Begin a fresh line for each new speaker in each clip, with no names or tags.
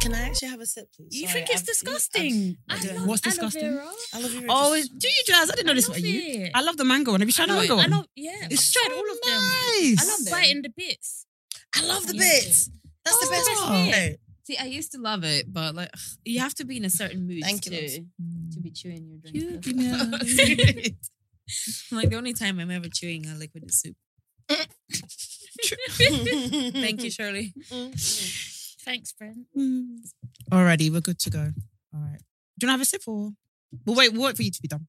Can I actually have a sip, please?
You
Sorry,
think it's
I've-
disgusting?
I've- I
I
don't-
love
What's
aloe
disgusting?
vera.
I love you.
Oh, is- do you guys? I didn't know this
love
about you.
it.
I love the mango one. Have you tried the
I
mango
love,
one?
I love, yeah.
It's
I've tried
so
all of
nice.
them. I love biting the bits.
I love the
Yeah.
bits. That's the
Oh,
best
that's
Ah.
part. Mm.
it.
See, I used to love it, but like ugh, you have to be in a certain mood Mm.
Thank you,
to,
loves.
to be chewing your drink.
You
That's
give me
all. like the only time I'm ever chewing a liquid is soup. Thank you, Shirley.
Thanks, Brent.
Alrighty, we're good to go. All right. Do you want to have a sip or? We'll wait. We'll wait for you to be done.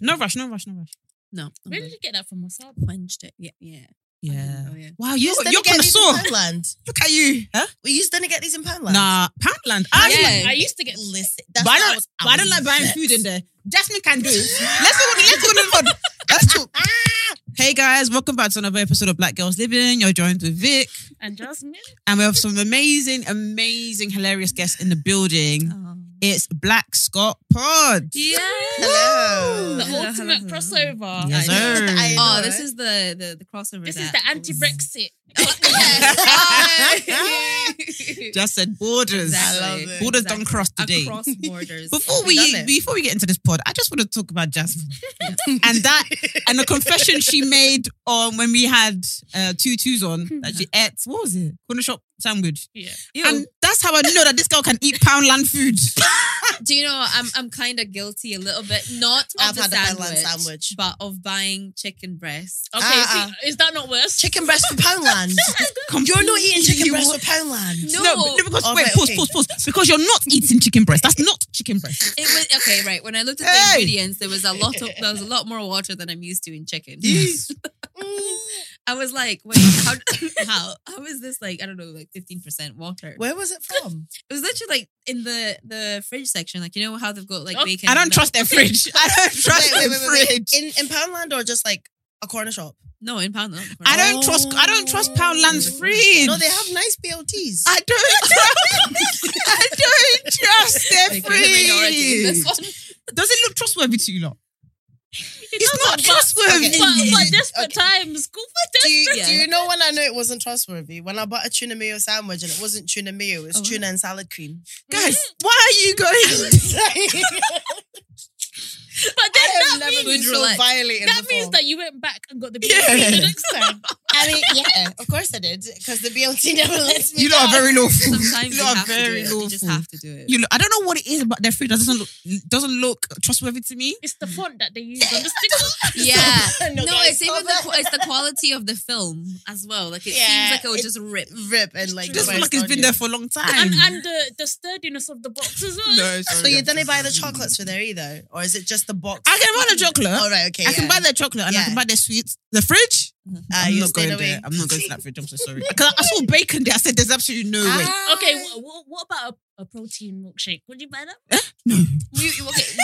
No rush. No rush. No rush.
No, I'm
Where did
good.
you get that from? Wasabi?
punched it. Yeah, yeah.
Yeah.
Oh, yeah.
Wow, you,
Used to
you're
get
kind of
these in
sore.
Poundland.
Look at you. Huh?
We used to get these in Poundland.
Nah, Poundland. I,
Yeah.
I used to get
listen. That's
but I
what
don't,
was-
but I don't
was
like buying
upset.
food in there. Jasmine can do it. Let's go. Let's go. to the pod. Let's talk. Hey guys, welcome back to another episode of Black Girls Living. You're joined with Vic,
and Jasmine.
and we have some amazing, amazing, hilarious guests in the building.
Oh. Um,
It's Black Scott Pod.
Yeah.
Hello.
The
Hello,
ultimate
hello,
crossover.
Yes,
I know. I
sir.
know,
Oh, this
right?
is the the, the crossover.
This is
is
the anti-Brexit.
Just said borders.
Exactly.
I love it.
Borders done cross today.
Across borders.
Before
Done
we
it.
before we get into this pod, I just want to talk about Jasmine and that and the confession she made on when we had uh, tutus on that she ate. What was it? Corner shop sandwich.
Yeah.
And that's how I know that this girl can eat Poundland food.
Do you know I'm I'm kind of guilty a little bit, not of
I've
the
had a
sandwich,
Thailand sandwich.
but of buying chicken breast.
Okay,
Ah,
see, is that not worse?
Chicken breast for Poundland. You're not eating chicken breast for Poundland.
No,
No, but- no, because
Oh,
wait,
right,
pause,
okay.
pause, pause. Because you're not eating chicken breast. That's not chicken breast.
it was okay. Right when I looked at the
Hey!
ingredients, there was a lot of there was a lot more water than I'm used to in chicken. I was like, wait, how how how is this like I don't know like 15 percent water?
Where was it from?
It was literally like in the the fridge section, like you know how they've got like
Oh,
bacon.
I don't
and
trust their fridge. I don't trust
Wait,
their
wait, wait,
fridge.
In in Poundland or just like a corner shop?
No, in pound. not in
I
pound.
don't trust. I don't trust Poundland's fridge.
No, they have nice BLTs.
I don't. I don't trust their
Like, we're the minority in
fridge.
this one.
Does it look trustworthy to you lot? It's
does,
not
but-
trustworthy.
But, but desperate
Okay.
times call for
do you,
Yeah.
do you know when I know it wasn't trustworthy? When I bought a tuna mayo sandwich and it wasn't tuna mayo, it was
Oh.
tuna and salad cream.
Guys, why are you going?
desperate. But then
I have
that
never been
means,
so
relaxed.
violated.
that means
before.
that you went back and got the
Yeah.
BLT the next time.
I mean, yeah, of course I did because the BLT never lets me.
You lot are very lawful.
Sometimes
you
you
lot
have
are very
to do it. You just
lawful.
have to do it.
You look, I don't know what it is about their food that doesn't look doesn't look trustworthy to me.
It's the font that they use on the sticker.
Yeah.
No,
No,
guys,
it's even
stop
the,
that.
qu- it's the quality of the film as well. Like it
Yeah,
seems like it would
it-
just rip.
rip and like.
It doesn't
bite
look like it's been
on
there
you.
for a long time.
and and the, the sturdiness of the box as well.
no, sorry,
So you
I'm
didn't
sorry.
buy the chocolates for there either, or is it just the box?
I can buy the chocolate.
All right, okay.
I can
yeah.
buy their chocolate and I
Yeah.
can buy their sweets. The fridge?
Ah,
I'm
you're
not going
staying away.
there. I'm not going to that fridge. I'm so sorry. 'Cause I saw bacon there. I said, there's absolutely
Ah.
no way.
Okay, wh- wh- what about a, a protein milkshake? Would you buy that?
We- okay,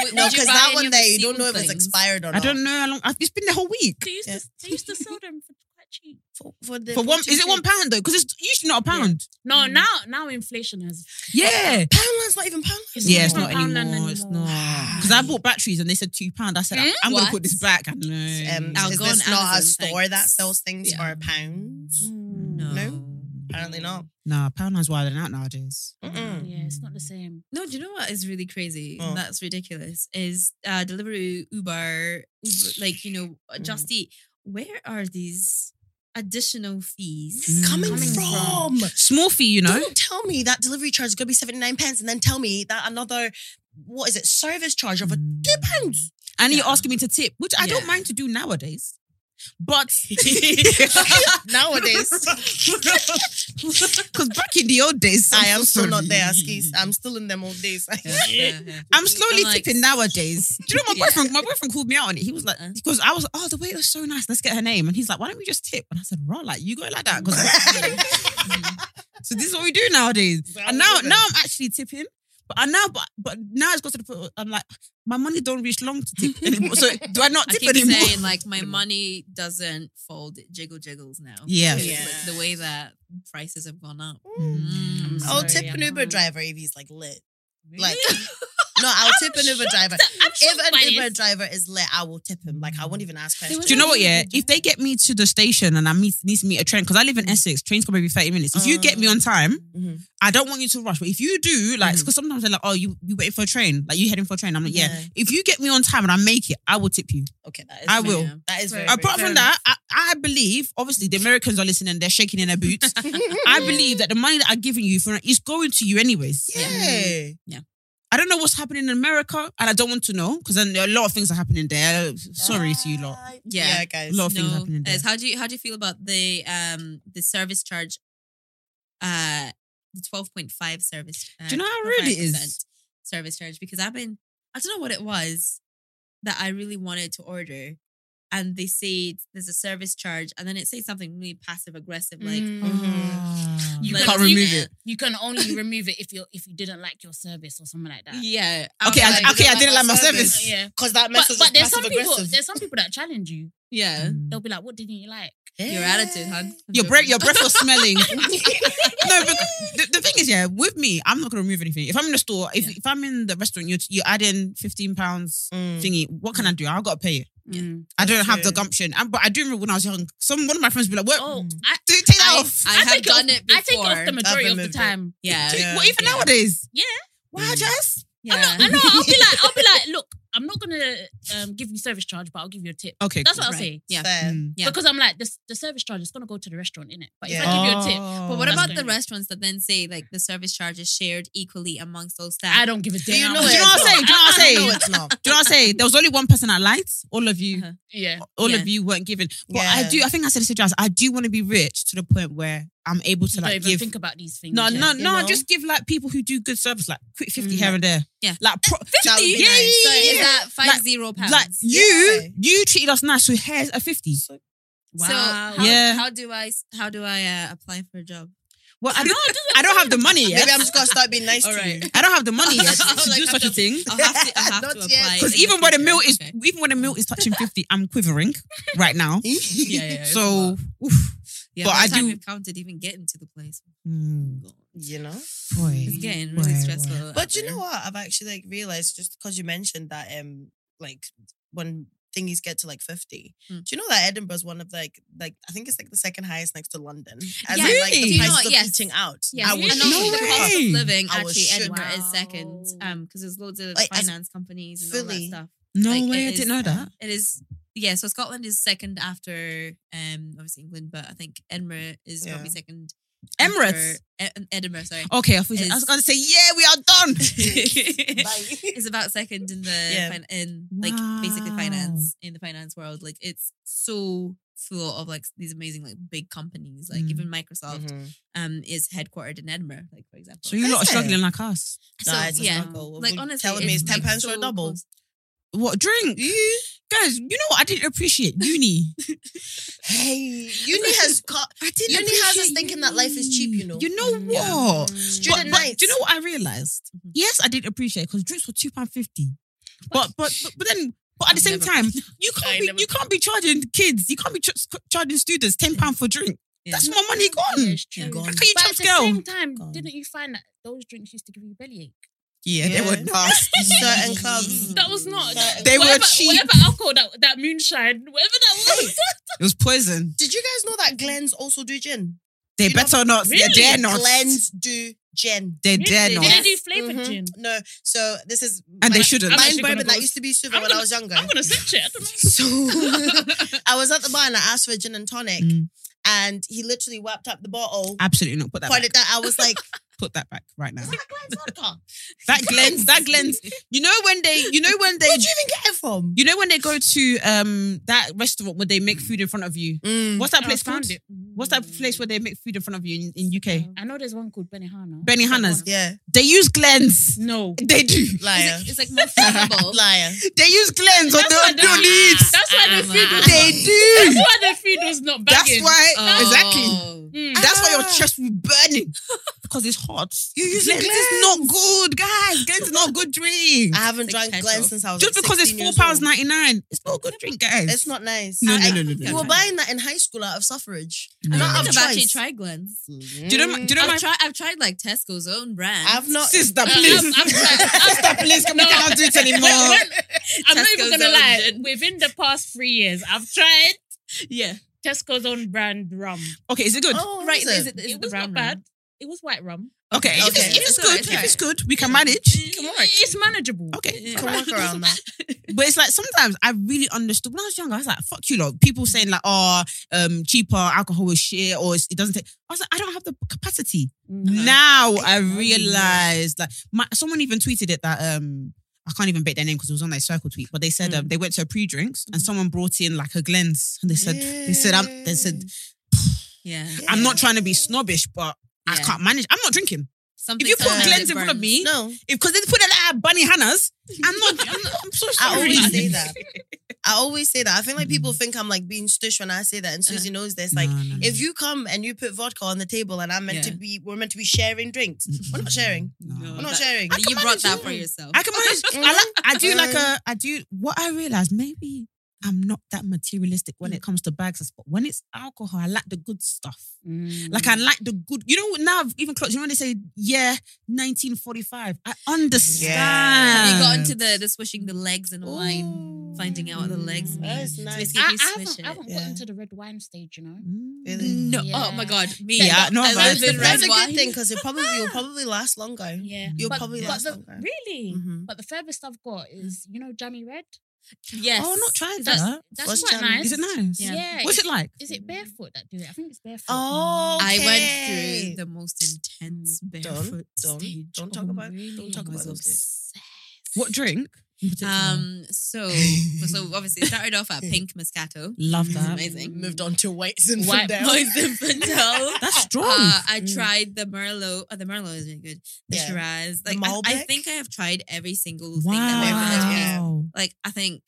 would
No,
you
because
buy
that
any
one
of the
there, you don't
seafood
know if it's
things?
expired or
I
not.
don't know how long. I've, it's been the whole week.
They used,
Yeah.
to, they used to sell them for quite cheap.
For, for the
For one, is it
protein
one
shake.
pound though? Because it's usually not a pound.
No, now now inflation has.
Yeah.
Pound land's not even pound.
It's
Yeah, it's
not
not
pound
anymore.
land
It's
anymore.
not. Because I bought batteries and they said two pound. I said
Hmm?
I'm going to
What?
put this back. I know.
Um,
I'll
is
go
this
on
not a
Amazon,
store that
thanks.
sells things
Yeah.
for
Mm.
pounds?
No.
No? Apparently not.
nah, pound is wilding out nowadays.
Mm-mm.
Yeah, it's not the same.
No, do you know what is really crazy?
Oh.
And that's ridiculous. Is uh delivery Uber, Uber like you know,
Mm-hmm.
just eat. Where are these additional fees?
Coming,
Coming
from.
from.
Small fee, you know.
Don't tell me that delivery charge is going to be 79 pence and then tell me that another, what is it, service charge of a
Mm.
two pounds.
And you're
Yeah.
asking me to tip, which I don't
Yeah.
mind to do nowadays. But
Nowadays,
because back in the old days,
I am
I'm so
still not
sorry.
there, skis. I'm still in them old days.
I'm slowly
I'm like-
tipping nowadays. Do you know my
Yeah.
boyfriend? My boyfriend called me out on it. He was like,
Uh.
because I was, oh, the waiter was so nice. Let's get her name. And he's like, why don't we just tip? And I said, right, like you go like that. 'cause- so this is what we do nowadays.
Well,
And now,
listen.
now I'm actually tipping. But I now, but but now it's got to the point. Where I'm like, my money don't reach long to tip anymore. So do I not
I
tip
keep
anymore?
saying like my money doesn't fold; it jiggle jiggles now.
Yeah.
It's
Yeah.
like the way that prices have gone up.
Mm.
Mm.
I'm
I'll
sorry,
tip an
I
Uber
can't.
driver if he's like lit. Like, no, I'll tip an Uber driver.
I'm
If
shocked by
an Uber
this.
driver is lit, I will tip him. Like, I won't even ask questions.
Do you know what? Yeah, if they get me to the station and I meet, need to meet a train because I live in Essex, trains come every thirty minutes. If you get me on time,
Mhm.
I don't want you to rush. But if you do, like,
Mm-hmm.
because sometimes they're like, "Oh, you you waiting for a train? Like you heading for a train?" I'm like, "Yeah."
Yeah.
If you get me on time and I make it, I will tip you.
Okay, that is
I
fair.
will.
That is very,
Fair.
Apart
fair
from
enough.
that, I, I believe obviously the Americans are listening. They're shaking in their boots. I believe that the money that I'm giving you for is going to you anyways.
Yeah. Mm-hmm.
I don't know what's happening in America, and I don't want to know because then a lot of things are happening there. Sorry to you lot.
Yeah.
Yeah, guys.
Love. lot of things happening there.
Ez, how do you how do you feel about the um the service charge? Uh, the twelve point five service. Uh,
Do you know how rude it is?
25% Service charge because I've been I don't know what it was that I really wanted to order, and they said there's a service charge, and then it says something really passive aggressive like.
Mm-hmm.
Mm-hmm.
You
Like,
can't
you
remove
know.
it.
mm. You can only remove it if you if you didn't like your service or something like that.
Yeah.
Okay,
was
I-
like,
okay, I
"Don't
didn't like my service."
Because
Yeah.
that
But,
message
but
was
there's some
passive
people
aggressive.
there's some people that challenge you.
Yeah.
They'll
Mm.
be like, "What didn't you like?"
Your attitude, huh?
Your breath, your breath was smelling. no, but the, the thing is, yeah, with me, I'm not gonna remove anything. If I'm in the store, if, if I'm in the restaurant, you're you're adding fifteen pounds
Mm.
thingy. What can I do? I gotta pay it.
Yeah.
Mm.
I don't have the
true.
gumption. And, but I do remember when I was young, some one of my friends would be like, "What?
Oh, I,
do take that
I,
off."
I
I,
have
take it
done
off,
it before.
I take it off the majority of the
removed it.
time.
yeah.
Take-
Well, even
yeah.
nowadays,
Yeah.
Why, Jess?
Yeah.
I'm not, I know. I'll be like, I'll be like, look, I'm not gonna um, give you service charge, but I'll give you a tip.
Okay,
That's
cool.
what I'll
Right.
say.
Yeah.
Fair.
Mm.
Yeah.
Because I'm like, this, the service charge is gonna go to the restaurant, innit? But if
Yeah.
I give you a tip,
Oh.
But what
That's
about the
gonna-
restaurants that then say like the service charge is shared equally amongst all staff?
I don't give a damn.
you know
Do you know what I'm saying? Do you know what I'm saying?
No, it's not.
Do you know what I say? There was only one person I liked. All of you,
Uh-huh.
Yeah.
all
Yeah.
of you weren't given. But
Yeah.
I do. I think I said this to Jazz. I do want to be rich to the point where I'm able to
You don't
like
even
give
think about these things.
No,
yeah.
no,
you
no.
know?
Just give like people who do good service, like quick fifty here and there.
Yeah.
like pro-
That would be
Yeah,
nice.
yeah,
So
yeah,
is
yeah.
that five
Like-
zero pounds?
Like you,
Yeah.
you treated us nice. So here's a fifty.
so
Wow.
how,
Yeah.
how do I how do I uh, apply for a job?
Well, I don't, I don't have the money yet.
Maybe I'm just going to start being nice to you.
Alright.
I don't have the money yet to
Like,
do
I
such a
don't-
thing.
I'll have to, I'll have to
Not yet.
apply.
Because
in
even when the
future.
meal is,
Okay.
even when the meal is touching fifty, I'm quivering right now.
yeah, yeah, yeah, it's a
So,
lot.
oof.
yeah,
but
by
I
the time
do-
we've counted even getting to the place.
Mm,
You know?
boy,
It's getting
boy,
really
boy.
stressful.
But you know what? I've actually like realized just because you mentioned that um like when thingies get to like 50.
Mm.
Do you know that Edinburgh's one of like like I think it's like the second highest next to London. As in,
Yeah.
like
Really?
the
Do you
know
prices
what?
of
Yes.
eating out.
Yeah.
I
And
was
also
No
the
shocked.
cost of
way.
living
I was
actually
shook.
Edinburgh is
Wow.
second um because there's loads of
Like, as-
finance companies and all that
Fully.
stuff.
No
Like,
way,
it
I
is,
didn't know that.
um, It is, yeah. So Scotland is second after, um, obviously England, but I think Edinburgh is probably
Yeah. Oh.
second.
Emirates?
after- E-, Ed- Edinburgh, sorry.
Okay, I, thought you said- I
Is-
was gonna say, yeah, we are done.
Bye.
It's about second in the
Yeah.
fin- in like basically
Wow.
finance in the finance world. Like it's so full of like these amazing like big companies. Like
Mm.
even Microsoft
Mhm.
um is headquartered in Edinburgh. Like for example.
so you lot are
Is it?
struggling like us.
Nah, it's a
yeah,
struggle.
like
You're
honestly,
telling me it's
like,
£10 for a
so
double?
close.
what drink? Guys, you know what? I didn't appreciate uni.
Hey, uni has cut.
I didn't.
Uni has us
appreciate
thinking that life is cheap, you know. Mm.
You know what?
Student
but,
nights.
But do you know what I realized?
Mm-hmm.
Yes, I did appreciate because drinks were two pound fifty. But but but but then. But at the same
Never-
time, you
I
can't be,
never-
you can't be charging kids, you can't be ch- charging students ten pound for drink. That's my money gone.
Yeah, it's true.
How
Gone.
can you
But at
trust
the
girl?
same time,
Gone.
didn't you find that those drinks used to give you bellyache?
yeah,
they were
nasty.
Certain
Mm.
clubs.
That was not.
Certain-
They were
whatever,
cheap.
Whatever alcohol that that moonshine, whatever that was.
It was poison.
Did you guys know that Glens also do gin?
They
You know,
better not. They
really?
dare not.
Glens do gin.
They
Really?
dare
They
not.
didn't do flavored
Mhm.
gin.
No, so this is
And they
my-
shouldn't.
I'm
Mine
actually gonna
bourbon
go-
that used to be super
I'm
when I
gonna-
was younger.
I'm gonna search it. I don't know.
So I was at the bar and I asked for a gin and tonic,
Mm.
and he literally wiped up the bottle,
Absolutely not. Put that. Back.
pointed that. I was like,
Put that back right now.
"Glens vodka?
That glens. That glens. You know when they. You know when they.
Where'd you even get it from?"
You know when they go to um that restaurant where they make food in front of you.
Mm.
What's that
Oh, I
place
found
called?
it. Oh.
What's that place where they make food in front of you in, in UK?
I know there's one called Benihana.
Benihana's.
Yeah,
They use glens.
No.
They do.
liar,
It's like more flammable.
liar.
They use glens on
That's
their
why
their
they-
leaves.
That's why
Ah,
the food was.
They do.
That's why the food was not
That's
bagging.
why.
Oh.
Exactly.
Mm.
That's why your
Ah.
chest will be burning because it's hot. You use Glens is not good, guys. Glens is not a good drink.
I haven't
Like
drank
petrol.
Glens since I was
Just
like,
because it's
16
four
years
pounds
old.
ninety nine, it's not a good drink, guys.
It's not nice.
No,
I-
no, no, no, no.
We were
no.
buying that in high school out of suffrage.
No.
Not
I've
out of
actually
choice.
tried Glens.
Uh,
Do you know? my- Do you know my
I've tried. I've tried like Tesco's own brand.
I've not. Oh,
sister?
Uh,
Please,
I'm- I'm sorry. I'm-
sister, please, come,
No.
we cannot do it anymore.
When- I'm not even
Tesco's
gonna
own
lie.
gin.
Within the past three years, I've tried
yeah.
Tesco's own brand rum.
okay, is it good?
Oh,
Right.
is it?
Is it, is
it was not bad. It was white rum.
okay, If, it's,
okay.
if it's
It's
good,
alright,
if it's
it's
good, we can
Mm-hmm.
manage.
Mm, It's manageable.
Okay,
Can work around that.
but it's like sometimes I really understood when I was younger. I was like, "Fuck you, lot." People saying like, "Oh, um, cheaper alcohol is shit," or it's- it doesn't take. I was like, I don't have the capacity. Now I realized like my, someone even tweeted it that um I can't even bet their name because it was on their circle tweet, but they said
Hmm.
um, they went to a pre-drinks and someone brought in like a Glens and they said they said I'm they said
Yeah.
I'm not trying to be snobbish, but I
Yeah.
can't manage. I'm not drinking.
Something
If you put
sometimes it
Glens in front of
burns.
me,
No,
because they put it at Bunny Hannah's, I'm not. I'm, not- I'm so sorry.
I always say that. I always say that. I think like people
Mm-hmm.
think I'm like being stush when I say that,
Uh-huh.
and Susie knows this. Like,
No, no, no.
if you come and you put vodka on the table, and I'm meant to
Yeah.
be, we're meant to be sharing drinks. We're not sharing.
No.
We're not
That-
sharing.
I
You
can
brought
manage
that for
it.
yourself.
I can manage. I like. I do like
Um,
a. I do. What I realized, maybe I'm not that materialistic when it
Mm.
comes to bags, and stuff. when it's alcohol, I like the good stuff. Like
Mm.
I like the good. You know now I've even clocked. You know when they say yeah, 1945. I understand.
Yeah.
Have you got into the the swishing the legs and wine, finding out what the legs
Ooh.
mean?
Mm, That's
So they
nice.
see if
I,
you swish
I haven't, I
it.
haven't
Yeah.
gotten to the red wine stage, you know.
Really?
No.
No. Oh my god. Me.
Yeah, no,
I
but-
lived in
That's
red
a good
wine.
thing because it probably will probably last longer.
Yeah,
You'll
But-
probably
but
last
the-
longer.
Really,
Mhm.
but the furthest I've got is you know Jammy Red.
Yes.
Mm-hmm. Oh, not tried
That's-
that.
That's
What's
quite
Jammy?
nice.
Is it nice?
Yeah.
What's it like?
Is it barefoot that do it? I think it's barefoot.
Oh,
I
okay.
went through the most intense barefoot
Don't don't
stage.
don't
Oh,
talk about
really?
don't talk
I
about
was
those days.
obsessed.
What drink? in particular?
Um. So so Mm. obviously it started off at pink moscato.
Love
It's
that.
amazing.
Moved on to whites and
White
Moist Infidel.
That's strong. Mm.
Uh, I tried the Merlot. Oh, the Merlot is really good. The
Yeah.
Shiraz.
The
Like I, I
Malbec?
think I have tried every single thing that they've
Yeah.
yeah.
wow.
Like I think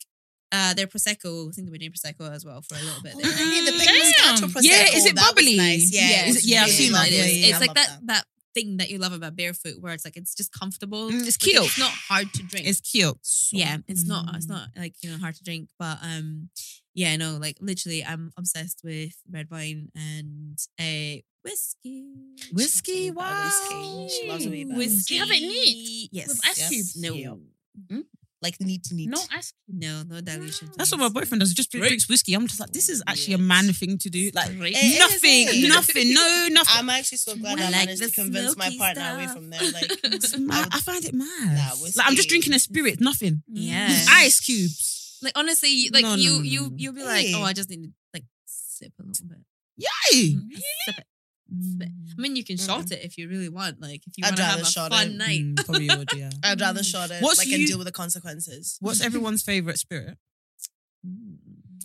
uh their prosecco. I think they were doing prosecco as well for a little bit. there.
Yeah, the pink
Damn.
moscato prosecco,
Yeah, is it
that was
bubbly?
nice. Yeah,
Yeah,
it
is
was
it- yeah, I've
really
seen that.
lovely.
Yeah,
nice.
yeah,
It's,
yeah.
it's
I
like
love
that that thing that you love about barefoot, where it's like it's just comfortable.
Mm, it's
Like,
cute.
It's not hard to drink.
It's Mm. cute.
yeah, it's not. It's not like you know hard to drink, but um, yeah, no, like literally, I'm obsessed with red wine and a whiskey.
Whiskey,
About
wow.
Whiskey.
She loves me about
Whiskey.
Do you have it neat?
Yes.
With ice
yes.
cubes?
No.
Yeah. like neat, neat.
No ice.
No. No dilution.
That's what
please.
my boyfriend does. Just drinks whiskey. I'm just like, this is actually a man thing to do. Like
Straight.
It is,
nothing,
eh?
nothing, no, nothing.
I'm actually so glad
I
I,
like
managed to
the
convince my
smoky
partner away
stuff.
from there. Like, Mm.
It's mad. I find it mad.
Nah,
like I'm
whiskey.
just drinking a spirit, nothing.
Yeah.
Ice cubes.
Like honestly, you- like
No, no,
you,
no, no,
you,
no.
you'll be like, oh,
Hey.
I just need to like sip a little bit.
Yay!
Really? Mm. Sip it. Sip it.
Mm.
I mean, you can short it if you really want. Like if you
I'd
want to have
rather
a
short
fun
it.
night. Um, Mm.
Mm, probably would, yeah.
I'd rather shot it.
What's
like,
you-
and deal with the consequences.
What's everyone's favorite spirit?
Mm.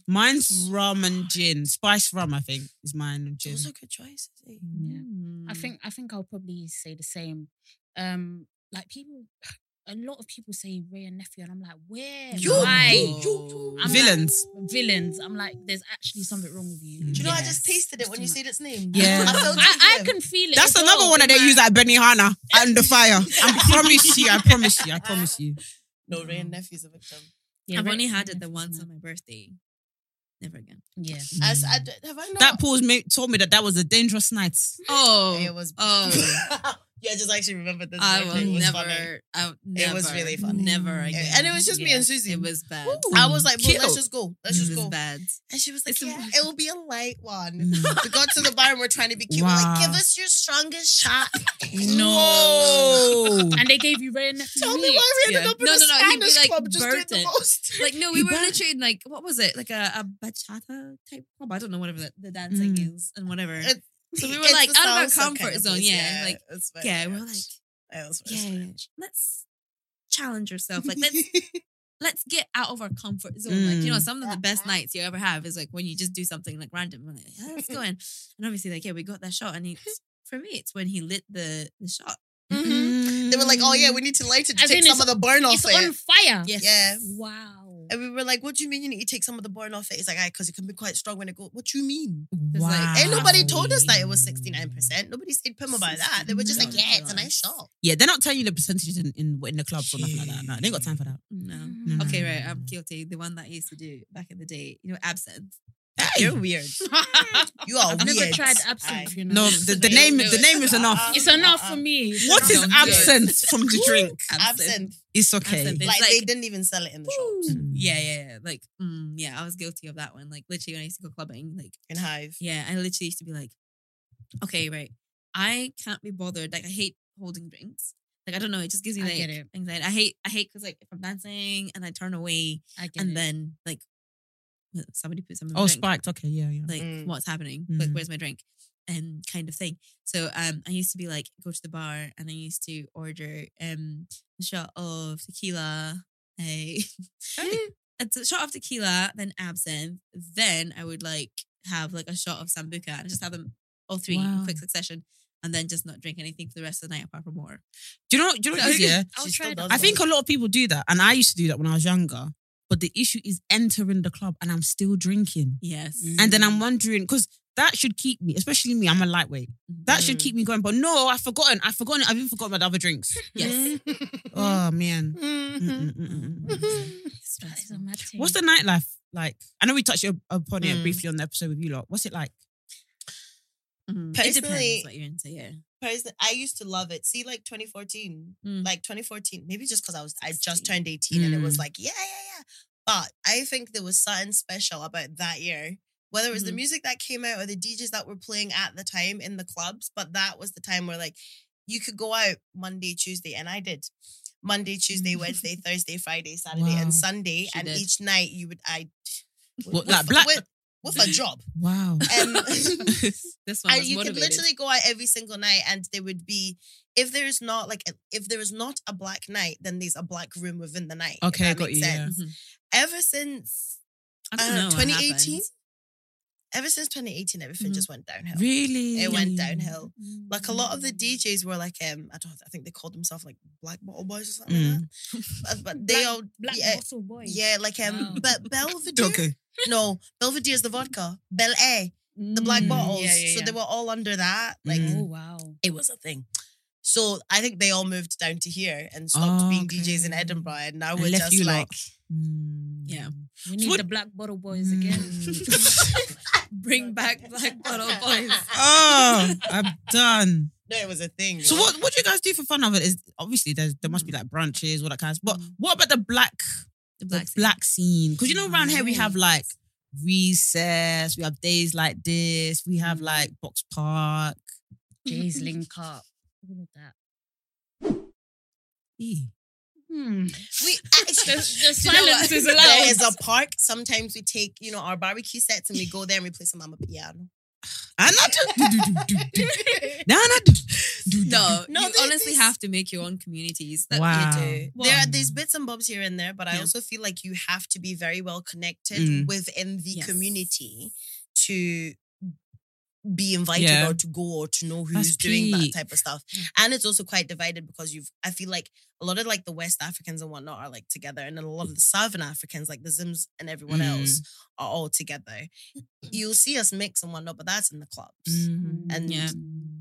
Mine's rum and gin. Spice rum, I think, is mine and gin.
Those are good choices. eh?
Mm.
I think I think I'll probably say the same. Um, like people, a lot of people say Ray and nephew, and I'm like,
Mm.
where?
You-
Why?
Oh.
you-
I'm
Villains.
Like, villains. I'm like, there's actually something wrong with you.
Do
Do you know I
Yeah.
just tasted it when you said its name?
Yeah.
I, felt it
I, I
again.
can feel it.
That's
as
another
well.
one that they
Like,
use at Benny Hana and the fire. I promise you, I promise you, I promise you.
No, Ray and nephew's a victim.
yeah,
I've
Ray-
only had it the
Nephew,
once on
man.
my birthday. Never again.
Yeah.
Mm.
As I, d- have I not?
Mm. That pause made, told me that that was a dangerous night.
Oh,
it was.
Oh,
yeah, I just actually remembered this.
I
birthday.
will
It was
never.
funny.
I will never.
It was really funny.
Never again.
And it was just me and Susie.
It was bad.
I was like, "Bro,
Cute.
let's just go. Let's
it
just
was
go.
bad.
And she was like,
It's a- Mm.
yeah, it will be a light one. we got to the bar and we're trying to be cute. We're
Wow.
like, give us your strongest shot.
No.
And they gave you Ray and nephew.
Tell me
meat.
why we ended
Yeah.
up in
No,
a
no, no, he'd be,
Spanish
like,
club just doing the
burnt.
most.
Like no, we
He
were
bad.
literally in like what was it? Like a, a bachata type club. I don't know whatever the, the dancing
Mm.
is and whatever.
It-
so we were
It's
like
the
out of our
salsa kind
comfort
of
zone.
place.
Yeah, like
it's very
yeah, we're like
French. Yeah, it was very
yeah, yeah,
French.
let's challenge yourself. Like let's let's get out of our comfort zone. Like, you know,
Mm.
some of the best nights you ever have is like when you just do something like random. We're Like, yeah, let's go in. And obviously, like, yeah, we got that shot. And he, for me, it's when he lit the, the shot.
Mm-hmm.
Mm-hmm.
Mm-hmm.
They were like, oh yeah, we need to light it to
As in
take some of
it's-
the burn off
It's
it.
on fire.
Yes.
Yeah.
Wow.
And we were like, what do you mean you need to take some of the burn off it? He's like, because it can be quite strong when it goes. What do you mean?
Wow.
like,
Ain't nobody told us that it was 69%. Nobody said Pim about that. They were just like, yeah, it's a nice shot.
Yeah, they're not telling you the percentages in, in, in the clubs or nothing like that. No, they ain't got time for that.
No.
Mm-hmm.
Mm.
Okay, right. I'm guilty. The one that I used to do back in the day, you know, absinthe.
Hey.
You're weird. You are
I've
weird.
never tried absinthe, you know.
No, the, the name the name is enough.
It's
Um,
enough for me.
What is
Don't do it.
absence from the drink?
Absinthe.
It's okay.
Absinthe.
Like,
It's
they
like-
didn't even sell it in the shops.
Yeah, yeah, yeah. Like, mm, yeah, I was guilty of that one. Like, literally, when I used to go clubbing, like,
In Hive.
Yeah, I literally used to be like, okay, right. I can't be bothered. Like I hate holding drinks. Like I don't know. It just gives me
I
like
get it.
anxiety. I hate. I hate because like if I'm dancing and I turn away
I get
and
it.
then like somebody puts something.
Oh, spiked. Okay, yeah, yeah.
Like
Mm.
what's happening? Like
Mm.
where's my drink? And kind of thing. So um, I used to be like go to the bar and I used to order um a shot of tequila. A a shot of tequila, then absinthe. Then I would like have like a shot of sambuca and just have them all three in
Wow.
quick succession, and then just not drink anything for the rest of the night apart from water.
Do you know? Do you know? What it is, yeah.
I'll
She
try
still
that.
does
I think a lot of people do that, and I used to do that when I was younger. But the issue is entering the club and I'm still drinking,
Yes, Mm.
and then I'm wondering because that should keep me, especially me. I'm a lightweight. That should
Mm.
keep me going. But no, I've forgotten. I've forgotten. I've even forgotten about the other drinks.
yes.
oh man.
Mm-hmm.
Mm,
Mm-hmm.
mm, mm, mm, mm.
That is a mad thing.
What's the nightlife like? I know we touched up- upon it
Mm.
briefly on the episode with you lot. What's it like?
Mm. It
Personally-
depends what you're into. Yeah,
Person- I used to love it. See, like 2014,
Mm.
like 2014, maybe just because I was, I just turned 18 and it was
Mm.
like, yeah, yeah, yeah. But I think there was something special about that year, whether it was
Mm-hmm.
the
Mhm.
music that came out or the DJs that were playing at the time in the clubs. But that was the time where, like, you could go out Monday, Tuesday, and I did. Monday, Tuesday, Wednesday, Thursday, Friday, Saturday,
Wow.
and Sunday.
She
and
did.
each night you would, I,
What,
with,
like black-
with, with a job.
Wow.
Um,
this one.
and
was
you
motivated.
could literally go out every single night and there would be if there is not like if there is not a black night then there's a black room within the night if
Okay,
that
got
makes
you, yeah.
sense.
Mhm.
ever since
I don't know.
uh,
what
2018
happened.
ever since 2018 everything
Mhm.
just went downhill
really?
it went
Mm,
downhill like a lot of the DJs were like um I don't I think they called themselves like black bottle boys or something like that but, but they
Black-
all
black
yeah,
bottle boy?
yeah like um
Wow.
but Belvedere no Belvedere is the vodka Bel Air the black
Mm.
bottles
Yeah, yeah,
so
yeah.
they were all under that like
Mm.
Oh wow.
it was a thing. So I think they all moved down to here and stopped
Oh,
being DJs in
okay.
Edinburgh, and now
And
we're
left you
just
lot.
like
Mm.
Yeah.
We need
What-
the black bottle boys again.
Mm.
Bring back black bottle boys.
oh, I'm done.
no, it was a thing.
So
yo.
what what do you guys do for fun of it? Is obviously there's there must be like brunches, all that kind of But what about the black
The
the
black.
black, scene? Because you know around here we have like recess, we have days like this, we have like box park.
Jay's link up. All of that.
Eh.
Hmm.
we
The, the
actually.
you know
silence
what?
is allowed.
There is a park. Sometimes we take, you know, our barbecue sets and we go there and we play some Mama Piano.
And I just do, do, do, do, do. No, no, do, do, do,
No,
No,
you
they-
honestly
they-
have to make your own communities. That
Wow.
you do.
Well-
there are there's bits and bobs here and there, but I
Yeah.
also feel like you have to be very well connected
Mm.
within the
Yes.
community to be invited
Yeah.
or to go or to know
That's
who's doing that
peak. Mm.
type of stuff. And it's also quite divided because you've I feel like a lot of like the West Africans and whatnot are like together and then a lot of the Southern Africans, like the Zims and everyone
Mm.
else, are all together. You'll see us mix and whatnot, but that's in the clubs
Mm.
and
Yeah.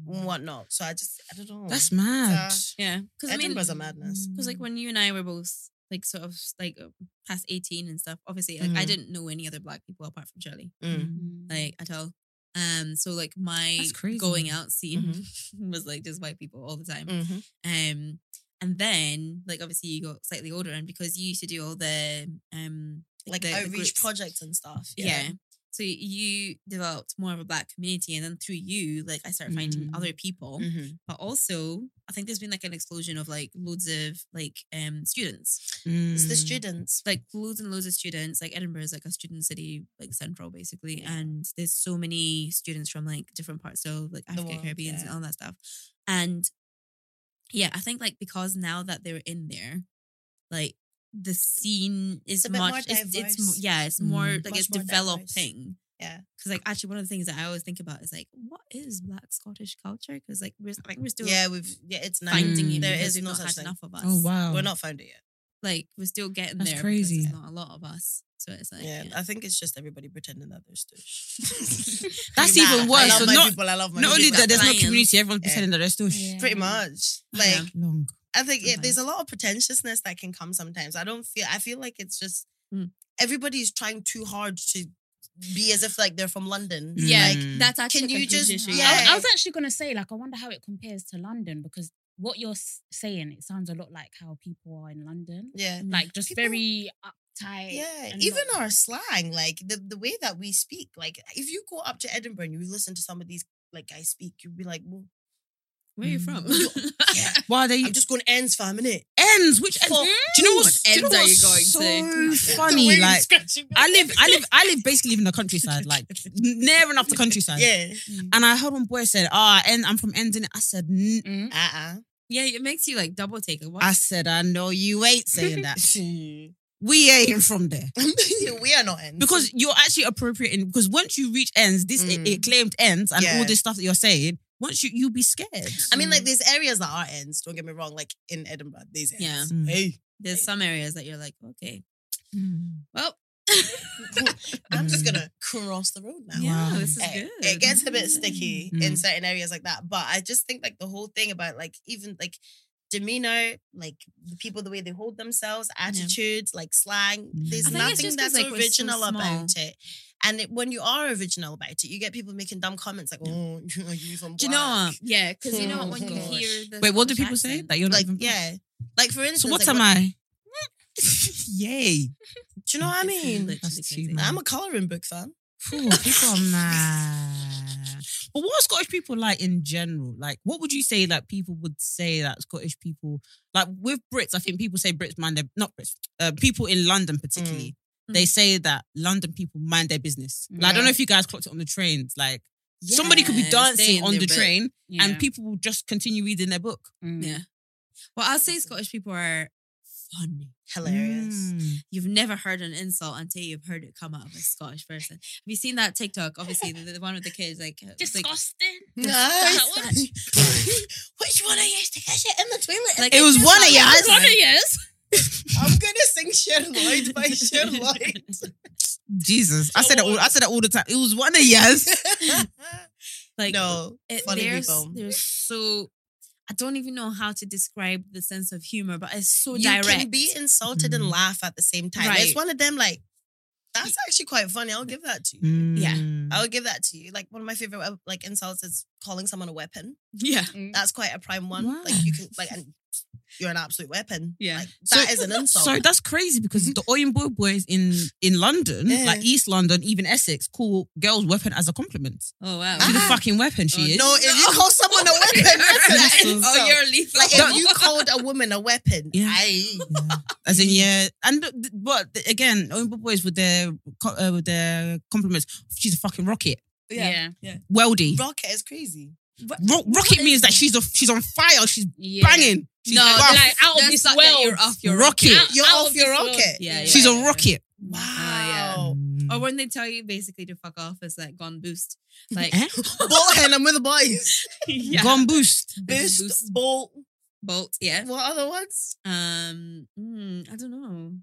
whatnot. So I just I don't know.
Mm-hmm. That's mad.
It's, uh,
Yeah, because I mean,
Edinburgh's a madness.
Because like when you and I were both like sort of like uh, past eighteen and stuff, obviously like I
Mhm.
didn't know any other black people apart from Shirley,
Mm.
like at all. Um, so like my
That's crazy.
going out scene was like just white people all the time.
Mm-hmm.
Mhm.
Um, and then like obviously you got slightly older, and because you used to do all the um
Like
the- the
outreach
groups-
projects and stuff.
yeah. So you developed more of a black community, and then through you, like I started finding
Mm.
other people.
Mhm.
But also, I think there's been like an explosion of like loads of like um students
It's
Mm.
the students.
like loads and loads of students. Like Edinburgh is like a student city, like central basically, and there's so many students from like different parts of like Africa,
world,
Caribbean, and
yeah.
all that stuff. And yeah, I think like because now that they're in there, like the scene is
a bit more
much it's, it's
diverse. Mm-hmm.
mo- yeah it's more
Mm.
like
Much
it's
more diverse.
developing
Yeah.
because like actually one of the things that I always think about is like what is Black Scottish culture because like we're like we're still
Yeah, we've yeah, it's now
finding
Mm.
it
There
because
is
we've
no
not
such
had
thing.
enough of us
Oh wow.
We're not found it yet.
like we're still getting
That's
there because
crazy.
there's not a lot of us so it's like
yeah,
yeah.
I think it's just everybody pretending that there's two.
That's
Nah,
even worse.
I love
So
my
not
people. I love my
not only
people.
that, there's no
Compliance.
community. Everyone's
Yeah.
pretending that there's still sh-
pretty much like
Yeah.
long.
I think it, there's a lot of pretentiousness that can come sometimes. I don't feel. I feel like it's just
Mm.
everybody's trying too hard to be as if like they're from London.
Yeah,
Like,
Mm.
that's actually
Can
a
you just-
huge issue.
yeah.
I, I was actually gonna say, like, I wonder how it compares to London because what you're s- saying it sounds a lot like how people are in London,
yeah,
like just
People-
very uptight.
yeah.
and
Even
not-
our slang, like the the way that we speak. Like if you go up to Edinburgh and you listen to some of these like guys speak, you'd be like, well,
Where are you from?
Mm.
yeah,
Why are they
I'm just going ends for a minute.
ends? Which ends?
Fuck.
Do you know what?
What
Do you know
ends are
what's
you going
so funny? Like I live, I live, I live basically in the countryside, like near enough the countryside.
Yeah.
And I heard one boy said, "Ah, and I'm from Endon." I said, "N-
Mm.
Uh uh
yeah, it makes you like double take. Like, what?
"I said, I know you ain't saying that. we ain't from there."
we are not ends
Mm. Because you're actually appropriating. Because once you reach ends, this
Mm.
it claimed ends, and
Yeah.
all this stuff that you're saying. Once you you be scared.
I mean,
Mm.
like there's areas that are ends. Don't get me wrong. Like in Edinburgh, there's ends.
Yeah.
Mm.
Hey,
There's some areas that you're like, okay,
Mm.
well,
I'm just gonna cross the road now.
yeah,
Wow.
this is
It,
good. Mm-hmm.
it gets a bit sticky in
Mm.
certain areas like that, but I just think like the whole thing about like even like demeanor, like the people, the way they hold themselves, attitude, like slang.
Mm. I
There's
Mm-hmm. think it's
nothing
just 'cause,
that's
like, we're so
original
small.
about it. And it, when you are original about it, you get people making dumb comments like, "Oh, are you from?"
Do you know
black?"
what? Yeah, because you know
Oh,
what? When you
gosh.
hear the
Wait, what do
Scottish
people say?
accent-
That you're not
Like,
even from-
yeah. Like for instance,
So what
like,
am
when-
I? Yay.
Do you know what I
It's
mean?
literally
That's too
crazy.
much.
I'm a coloring book fan.
Ooh, people are mad. But what are Scottish people like in general? Like, what would you say like people would say that Scottish people like with Brits? I think people say Brits mind their not Brits. Uh, people in London particularly,
Mm.
they say that London people mind their business. Like, I don't know if you guys clocked it on the trains. Like, somebody could be
Yeah, stay
dancing
in
on
their
the
book.
train,
Yeah.
and people will just continue reading their book.
Mm.
Yeah. Well, I'll say Scottish people are funny.
Hilarious.
Mm.
You've never heard an insult until you've heard it come out of a Scottish person. Have you seen that TikTok? Obviously, the, the one with the kids, like, it's like
Disgusting.
Nice.
What?
Which one of you to catch it in the toilet?
Like,
It was one of
It's one
y'all.
of yours.
I'm gonna sing Sherloid by Sherloid.
Jesus, I said that. All, I said that all the time. It was one of yes.
like
no,
it,
funny
there's,
people.
there's so I don't even know how to describe the sense of humor, but it's so
You
direct.
can be insulted and laugh at the same time. It's
Right.
one of them. Like Mm-hmm. that's actually quite funny. I'll give that to you.
Yeah.
Mm-hmm.
I'll give that to you. Like one of my favorite uh, like insults is calling someone a weapon.
yeah,
mm. Mm-hmm.
That's quite a prime one.
Wow.
Like you can like and you're an absolute weapon.
Yeah.
like, that is an insult.
So that's crazy because the Oyinbo boys in in London,
Yeah.
like East London, even Essex, call girls' weapon as a compliment.
Oh wow.
She's a
Ah.
fucking weapon. She
Oh,
is.
no, if you call someone a weapon, that's an
Oh,
insult.
oh, you're lethal.
like if you called a woman a weapon,
Yeah.
aye.
Yeah. As in, yeah, and th- th- but th- again, Oyinbo boys with their co- uh, with their compliments. She's a fucking rocket.
Yeah.
Weldy.
Rocket is crazy.
Ro- rocket means that she's a, she's on fire. She's
Yeah.
banging. She's
No,
buff.
like out of
That's
this
not that
world.
you're off your
Rocket.
Out-
You're
out
off
of
your
this world.
rocket.
Yeah, Oh, yeah.
she's a rocket.
Wow.
yeah. Or when they tell you basically to fuck off, it's like gone boost. Like
Eh?
Bolt and I'm with the boys.
yeah.
Gone boost.
Boost,
Boost.
bolt.
bolt. Yeah.
What other ones?
Um. mm, I don't know.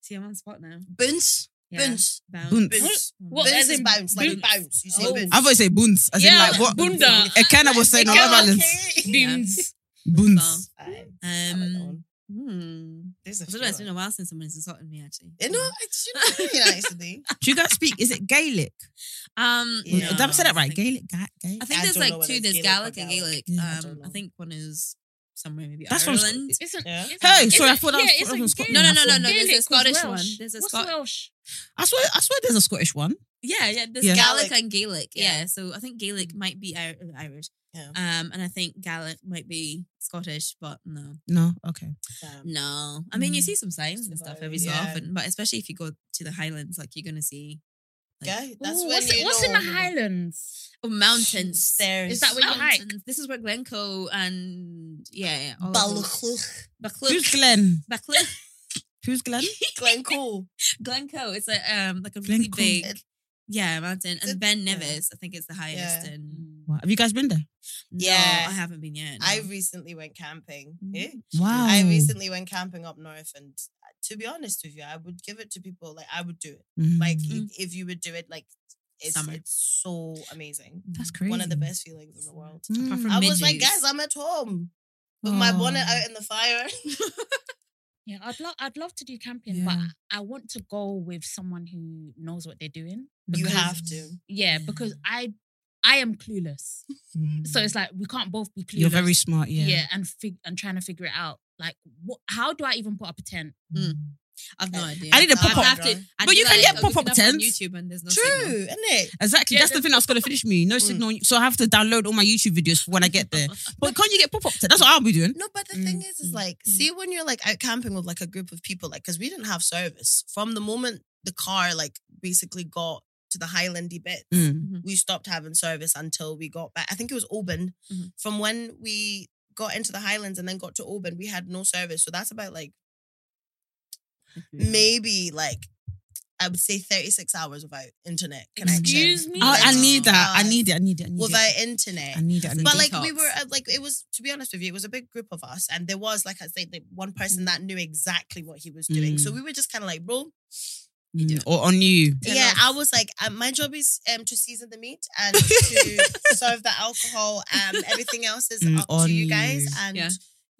See, I'm on the spot now.
Bounce.
Yeah.
Bounce.
Bounce.
Boons.
Bounce.
What,
bounce
as
is
in
bounce. Like
boon-
bounce. You say
Oh.
bounce.
I've always said boons. As
Yeah,
in like what?
bunda.
A kind of was saying on
Okay.
Love Island.
Beans.
Boons.
Aye. I like that
Um.
one.
Hmm.
There's a
I don't
few.
know, it's been
like-
a while since someone's insulted me actually.
Eh, No, it should be nice today.
Do you guys speak? Is it Gaelic?
Um.
Yeah.
no,
Did I say
I
that right?
think-
Gaelic. Ga- Gaelic.
I think
I
there's
don't know
like
whether
two.
it's Gaelic
There's Gaelic,
or
and
Gaelic.
Gaelic.
Yeah, I
don't
um,
know.
I think one is somewhere maybe
That's from Sc-
Ireland.
It's a,
Yeah.
it's
Hey,
a-
sorry, I
it's a-
thought that was- I
yeah,
thought it was
it's a
Scotland.
No, no, no,
I
no,
thought-
no. There's a
Gaelic was
Scottish one.
Welsh.
There's a
What's
Scottish.
Welsh?
I swear, I swear, there's a Scottish one.
Yeah, yeah. There's
Yeah.
Gaelic,
Gaelic.
and Gaelic.
Yeah.
Yeah. So I think Gaelic might be Ir- uh, Irish.
Yeah.
Um, and I think Gaelic might be Scottish, but no,
No, okay.
Um,
no. I mean, you
Mm.
see some signs and stuff every so
Yeah.
often, but especially if you go to the Highlands, like you're gonna see
Yeah, that's when
Ooh, what's,
you
what's in
know.
the Highlands?
oh, mountains.
Stairs.
Is that where you hike?
Mountains. This is where Glencoe and yeah, yeah. all of those-
Balchluch.
Who's
Buckluck.
Glenn?
Buckluck.
Who's Glenn?
Glencoe.
Glencoe. It's like um like a really
Glencoe.
big
It-
yeah mountain.
it-
And Ben
yeah.
Nevis, I think it's the highest.
Yeah.
And
Wow. Have you guys been there?
Yeah.
yeah, I haven't been yet.
I
no.
recently went camping. eh?
Mm.
Wow.
I recently went camping up north, and uh, to be honest with you, I would give it to people. Like I would do it. Like
Mm.
if- if you would do it, like it's
Summer.
it's so amazing.
that's crazy.
One of the best feelings in the world.
Mm-hmm.
Apart from
I was like,
midges. Oh.
guys, I'm at home with my bonnet
Oh.
out in the fire.
Yeah, I'd love I'd love to do camping, but
Yeah.
I want to go with someone who knows what they're doing.
you
because-
have to.
Yeah, because I I am clueless.
Mm.
So it's like we can't both be clueless.
You're very smart. Yeah.
yeah. and fig- and trying to figure it out. Like what how do I even put up a tent?
Mm.
I've no
Uh,
idea.
I need
I'd
a pop-up.
have to- I'd
But
be
you can get
I'll look
pop-up
it up on
tents.
YouTube and there's no
True,
signal.
isn't it?
Exactly.
Yeah,
that's the
the-
thing that's gonna finish me. No
Mm.
signal. So I have to download all my YouTube videos for when I get there. But can't you get pop up? That's what I'll be doing.
No, but the thing is,
Mm-hmm,
is
mm,
like,
mm.
see, when you're like out camping with like a group of people, like, because we didn't have service from the moment the car like basically got to the Highlandy bit,
Mm.
we stopped having service until we got back. I think it was Oban.
Mm-hmm.
Mhm.
From when we got into the Highlands and then got to Oban, we had no service. So that's about like maybe like I would say 36 hours without internet connection.
Excuse me?
Oh, I
Without-
need that. I need it. I need it. I need
Without
it.
internet.
I need it. I need
But
it.
like we
detox.
were uh, like it was to be honest with you, it was a big group of us, and there was like I say, like, one person that knew exactly what he was doing. So
Mm-hmm.
we
Mm.
were just kind of like, bro,
Mm. or on you.
Turn
yeah.
off.
I was like, um, my job is um to season the meat and to serve the alcohol. Um, everything else is
Mm,
up to you
on
guys,
you.
and
Yeah.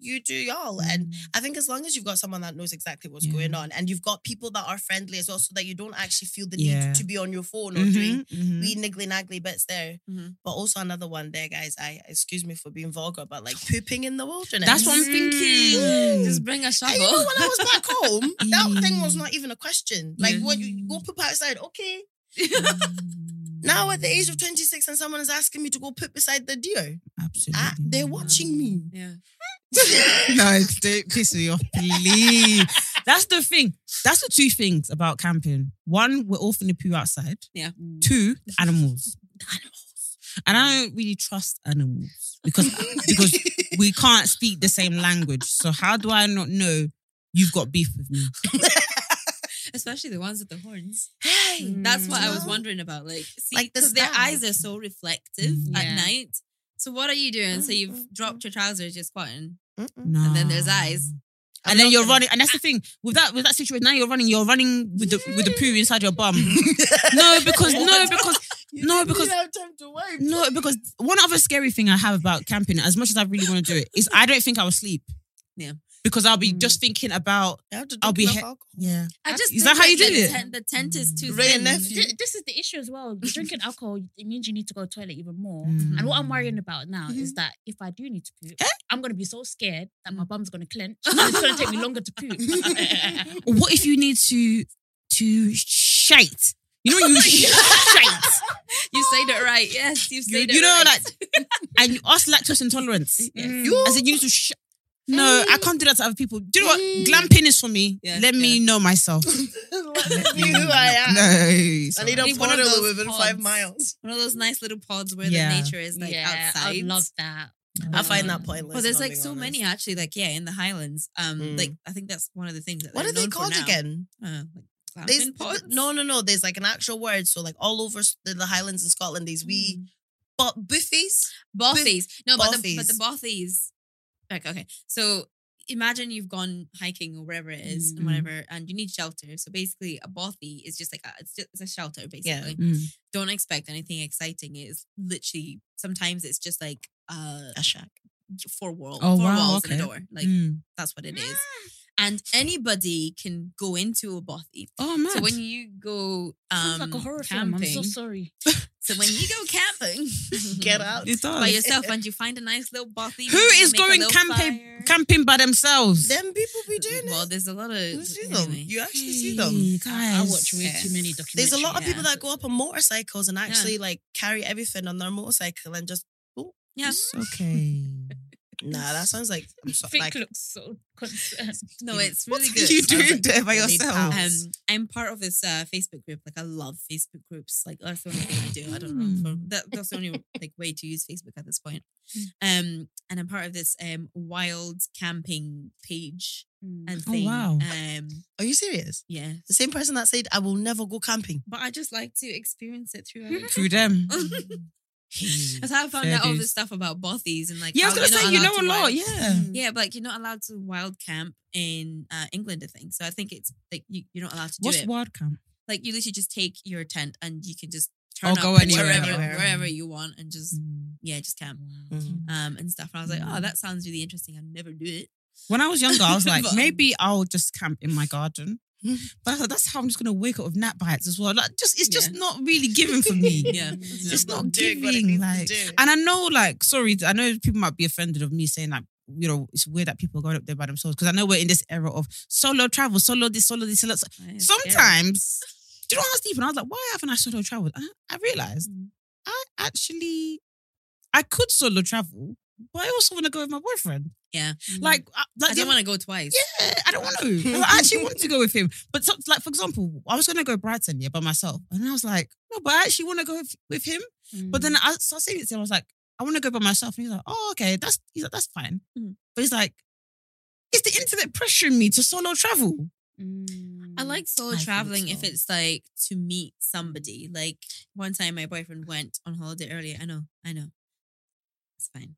you do y'all. And I think as long as you've got someone that knows exactly what's going on, and you've got people that are friendly as well, so that you don't actually feel the
Yeah.
need to be on your phone or doing
Mhm, mhm.
we niggly naggly bits there.
Mm-hmm.
Mhm.
But also another one there, guys. I excuse me for being vulgar, but like pooping in the wilderness.
That's what I'm thinking.
Just bring a shovel.
And you know, when I was back home, that thing was
Mm.
not even a question. Like,
Yeah.
what you go poop outside? Okay.
Mm,
Now at the age of 26, and someone is asking me to go poop beside the deer,
Absolutely.
ah, they're watching me.
yeah.
no, don't piss me off, please. That's the thing. That's the two things about camping. One, we're all finna poo outside.
Mm.
Two, the animals. animals. And I don't really trust animals because because we can't speak the same language. So how do I not know you've got beef with me?
Especially the ones with the horns.
hey,
That's what I was
Well,
wondering about. Like, see,
like the
because their
stag.
eyes are so reflective
Yeah.
at night. So what are you doing? So
Mm,
you've
mm,
dropped your trousers, you're squatting.
Mm-mm.
No.
then there's eyes.
And then you're running, and that's the thing with that with that situation. Now you're running, you're running with the with the poo inside your bum. no, because no, because
You
No,
didn't
because-
even have time to wipe.
No, because one other scary thing I have about camping, as much as I really want to do it, is I don't think I will sleep.
Yeah.
Because I'll be
Mm.
just thinking about
I have to
I'll
drink
be
enough
he-
alcohol.
yeah.
I just
Is that
think,
how you
like,
did
the
it?
Tent, the tent is too
Ray
thin.
and nephew.
Th- this is the issue as well. You're drinking alcohol, it means you need to go to the toilet even more.
Mm.
And what I'm worrying about now
Mm-hmm.
is that if I do need to poop,
Eh?
I'm gonna be so scared that
Mm.
my bum's gonna clench. and it's gonna take me longer to poop.
What if you need to to shite? You know when you shite.
You said it right. Yes, you
You,
said it
you know
right.
that and you ask lactose intolerance.
Yes.
I said you need to sh- No, I can't do that to other people. Do you know what?
Mm.
Glamping is for me.
Yeah,
Let me know myself.
Let me be who I am.
No.
I need a
Need one of
portal
those
within five
pods.
miles.
One of those nice little pods where
Yeah.
the nature is like
yeah,
outside.
I love that.
I find
Um,
Mm.
that pointless.
Well, there's
if I'm
like
being
so
honest.
many actually, like yeah, in the Highlands. Um,
Mm.
like I think that's one of the things that
What
they're
are they
known for
called
now.
again?
Uh, like
There's,
Clamping pots?
no, no, no. There's like an actual word. So like all over s- the, the Highlands in Scotland, these wee
Mm.
but buffies.
Bothies. No, but the, but the
Bothies.
bothies. Like, okay. So imagine you've gone hiking or wherever it is
Mhm.
and whatever, and you need shelter. So basically, a bothy is just like a, it's, just, it's a shelter, basically.
Mm.
Don't expect anything exciting. It's literally, sometimes it's just like uh,
A shack.
four, wall,
Oh,
four
wow,
walls and a
okay. Mm.
door. Like, that's what it is.
Ah. mm.
And anybody can go into a bothy.
Oh man.
So when you go um,
Sounds like a horror
camping,
film. I'm so sorry.
so when you go camping,
Get out.
it does.
by yourself and you find a nice little bothy.
Who
maybe you
is
make a
going
little
camping
fire.
camping by themselves?
Them people be doing
Well,
it.
there's a lot of
You see them.
anyway.
You actually see them.
Hey,
I, I
guys.
watch way too many documentaries.
There's a lot of
Yeah.
people that go up on motorcycles and actually like carry everything on their motorcycle and just
Yeah.
It's okay.
nah. That sounds like I'm so,
Fink
like
looks so concerned.
No, it's really
are
good.
you
Sounds
doing there by
I need
yourself?
help. Um, I'm part of this uh, Facebook group. Like, I love Facebook groups. Like, that's the only thing I do. I don't know.
Mm.
For, that, that's the only like way to use Facebook at this point. Um, and I'm part of this um wild camping page
Mm.
and
Oh,
thing.
wow.
Um,
Are you serious?
yeah.
The same person that said I will never go camping.
But I just like to experience it through. other
Through them.
people.
Hey,
That's how I found
fair
out all
dues.
this stuff about bothies and like.
Yeah, I was
how
gonna
you're not
say you know
allowed
a
to
lot.
wild-
Yeah.
Yeah, but like you're not allowed to wild camp in uh, England, I think. So I think it's like you, you're not allowed to do
What's
it.
wild camp?
Like you literally just take your tent and you can just
Or
turn up
go anywhere.
wherever,
Anywhere.
wherever you want and just yeah, just camp um and stuff. And I was like, oh,
Mm.
that sounds really interesting. I'd never do it.
When I was younger, I was like,
But-
maybe I'll just camp in my garden. But I thought that's how I'm just gonna wake up with gnat bites as well. Like, just it's just
Yeah.
not really giving for me.
Yeah,
It's not
doing what it
giving,
needs to
like-
do.
And I know, like, sorry, I know people might be offended of me saying like, you know, it's weird that people are going up there by themselves because I know we're in this era of solo travel, solo this, solo this, solo.
It's scary.
Sometimes, do you know what I was thinking? I was like, why haven't I solo traveled? I, I realized
Mm.
I actually, I could solo travel, but I also want to go with my boyfriend.
Yeah.
Like, I, like
I don't want to go twice.
yeah, I don't want to. I actually wanted to go with him. But so, like, for example, I was going to go Brighton, yeah, by myself. And I was like, no, but I actually want to go with, with him. But
Mm.
then I so I said it to him, I was like, I want to go by myself. And he's like, oh, okay, that's he's like, that's fine.
Mm.
But he's like, it's the internet pressuring me to solo travel.
Mm.
I like solo
I think
traveling if
so.
it's like to meet somebody. Like one time, my boyfriend went on holiday earlier. I know, I know. It's fine.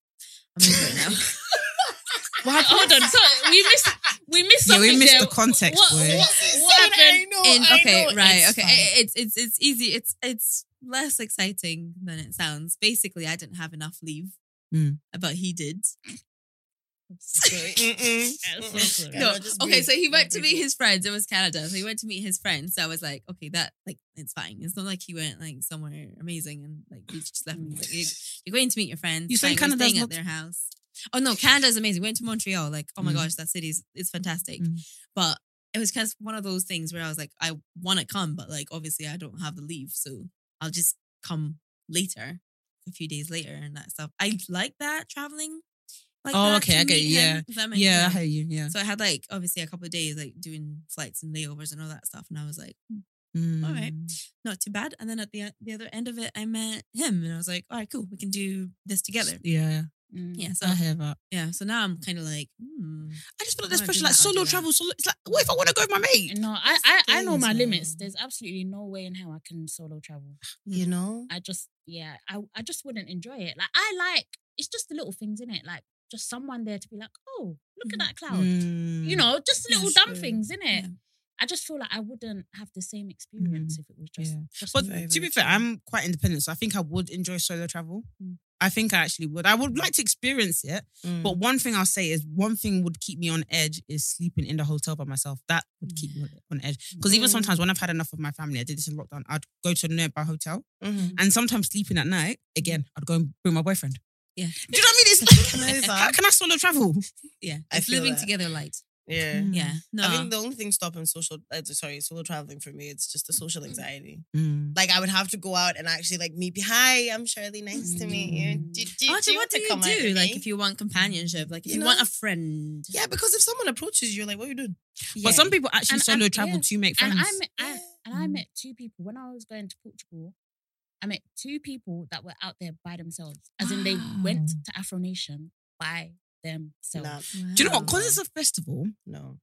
I'm over it now.
Wait, hold on. So we missed we missed
Yeah,
something.
we missed
there.
the context,
What,
boy.
what-
This is
what
something I
happened?
know,
Oh,
And
I
okay,
know,
right,
it's
okay.
fine.
It- It's it's it's easy. It's it's less exciting than it sounds. Basically, I didn't have enough leave,
Mm.
but he did.
Mm-mm.
I'm so
Mm-mm.
sorry.
Yeah,
no,
no, just
okay,
breathe.
so he
Just
went to
breathe.
meet his friends. It was Canada, so he went to meet his friends. So I was like, okay, that like it's fine. It's not like he went like somewhere amazing and like he just left me. He's like, you- you're going to meet your friends.
You say
fine, we're
Canada's
staying at
not-
their house. Oh no, Canada's amazing. We went to Montreal. Like, oh my
Mm.
gosh, that city's it's fantastic.
Mm.
But it was kind of one of those things where I was like, I want to come, but like obviously I don't have the leave, so I'll just come later, a few days later, and that stuff. I like that traveling. Like
Oh,
that
okay,
to
I get
meet
you,
him,
yeah.
if that makes
Yeah, I
sense.
hear you. Yeah.
So I had like obviously a couple of days like doing flights and layovers and all that stuff, and I was like, "Hmm,
Mm.
all right. not too bad. And then at the e, the other end of it, I met him, and I was like, all right, cool, we can do this together.
Yeah,
Mm.
Yeah, so
I hear that.
yeah, so now I'm kind of like, hmm.
I just feel
I'll
like there's
do
pressure,
that,
like
I'll do
solo
that.
travel, solo. It's like, what if I want to go with my mate?
No, I, I, I know
things,
my
man.
limits. There's absolutely no way in how I can solo travel.
you know.
I just, yeah, I, I just wouldn't enjoy it. Like, I like, it's just the little things in it. Like, just someone there to be like, oh, look at
Mhm.
that cloud.
Mm.
You know, just little
Yeah,
dumb
sure.
things in it.
Yeah.
I just feel like I wouldn't have the same experience if it was just.
Mm-hmm. Yeah.
just
But
me.
to be fair, I'm quite independent, so I think I would enjoy solo travel.
Mm.
I think I actually would. I would like to experience it,
Mm,
but one thing I'll say is one thing would keep me on edge is sleeping in the hotel by myself. That would keep me on edge because even
Mm.
sometimes when I've had enough of my family, I did this in lockdown. I'd go to a nearby hotel
mm-hmm.
Mhm.
Mm.
and sometimes sleeping at night. Again, I'd go and bring my boyfriend.
Yeah.
do you know what I mean? It's
Can I
like,
use that?
how can I solo travel?
yeah,
I
it's
feel
living
that.
together light.
yeah.
Mm.
Yeah, no,
I think the only thing stopping social, uh, sorry, solo traveling for me, it's just the social anxiety.
Mm.
Like I would have to go out and actually like meet. Hi, I'm Shirley. Nice to meet you. Did, did
Oh, so
you
what
want
do
to
you
come out
do?
with
Like,
me?
if you want companionship, like if
You
you, want
know?
a friend,
yeah, because if someone approaches you, you're like, what are you doing?
yeah.
But some people actually
And-
solo
and-
travel
yeah.
to make friends.
And I met, I,
Yeah.
and I
Mm.
met two people when I was going to Portugal. I met two people that were out there by themselves, as in they went
Wow.
to Afro Nation by themselves.
Nah,
Mm.
do you know what?
Wow.
Because it's a festival,
no.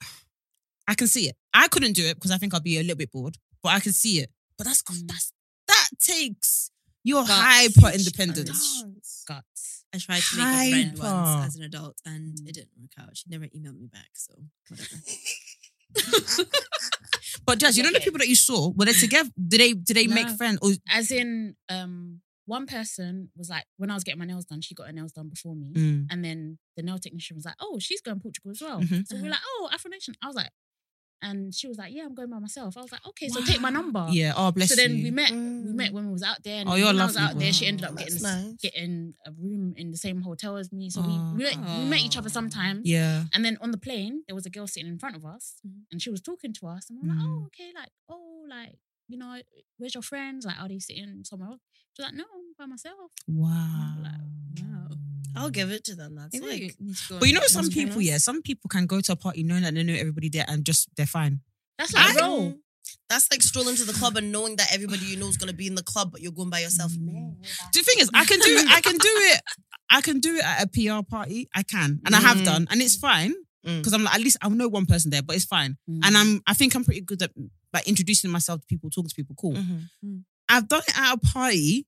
I can see it. I couldn't do it because I think I'd be a little bit bored, but I can see it. But that's got-
Mm.
that's that takes your
Guts.
hyper independence.
Guts.
I tried to make a friend
Hyper.
once as an adult and
Mm.
it didn't work out. She never emailed me back, so whatever.
But Jazz, you know the
Okay.
people that you saw were they together? Did they did they make
No.
friends? Or
As in, um, one person was like, when I was getting my nails done, she got her nails done before me.
Mm.
And then the nail technician was like, oh, she's going to Portugal as well.
Mhm.
So we were like, oh, Afro Nation. I was like, and she was like, yeah, I'm going by myself. I was like, okay, so take my number.
yeah, oh bless
So then
you.
we met. We
Mm.
met when we was out there. And
Oh,
then
you're
when I was
lovely.
out there, she ended
Oh,
up getting
that's nice.
getting a room in the same hotel as me. So
Oh.
we we, met- we met each other sometimes.
yeah.
And then on the plane, there was a girl sitting in front of us, and she was talking to us, and we were like, "Oh, okay, like, oh, like, you know, where's your friends? Like, are they sitting somewhere else?" She's like, "No, I'm by myself."
Wow.
wow.
I'll give it to them. That's
Maybe
like
we need to go
But you
on
know,
a
some
date.
people, yeah, some people can go to a party knowing that they know everybody there and just they're fine.
That's like,
I-
bro,
That's like strolling to the club and knowing that everybody you know is gonna be in the club, but you're going by yourself.
Mm.
No.
The thing is, I can do, I can do it, I can do it at a PR party. I can, and I have
Mm.
done, and it's fine
Mm.
because I'm like, at least I know one person there, but it's fine. And I'm, I think I'm pretty good at like introducing myself to people, talking to people. Cool.
Mm-hmm.
I've done it at a party.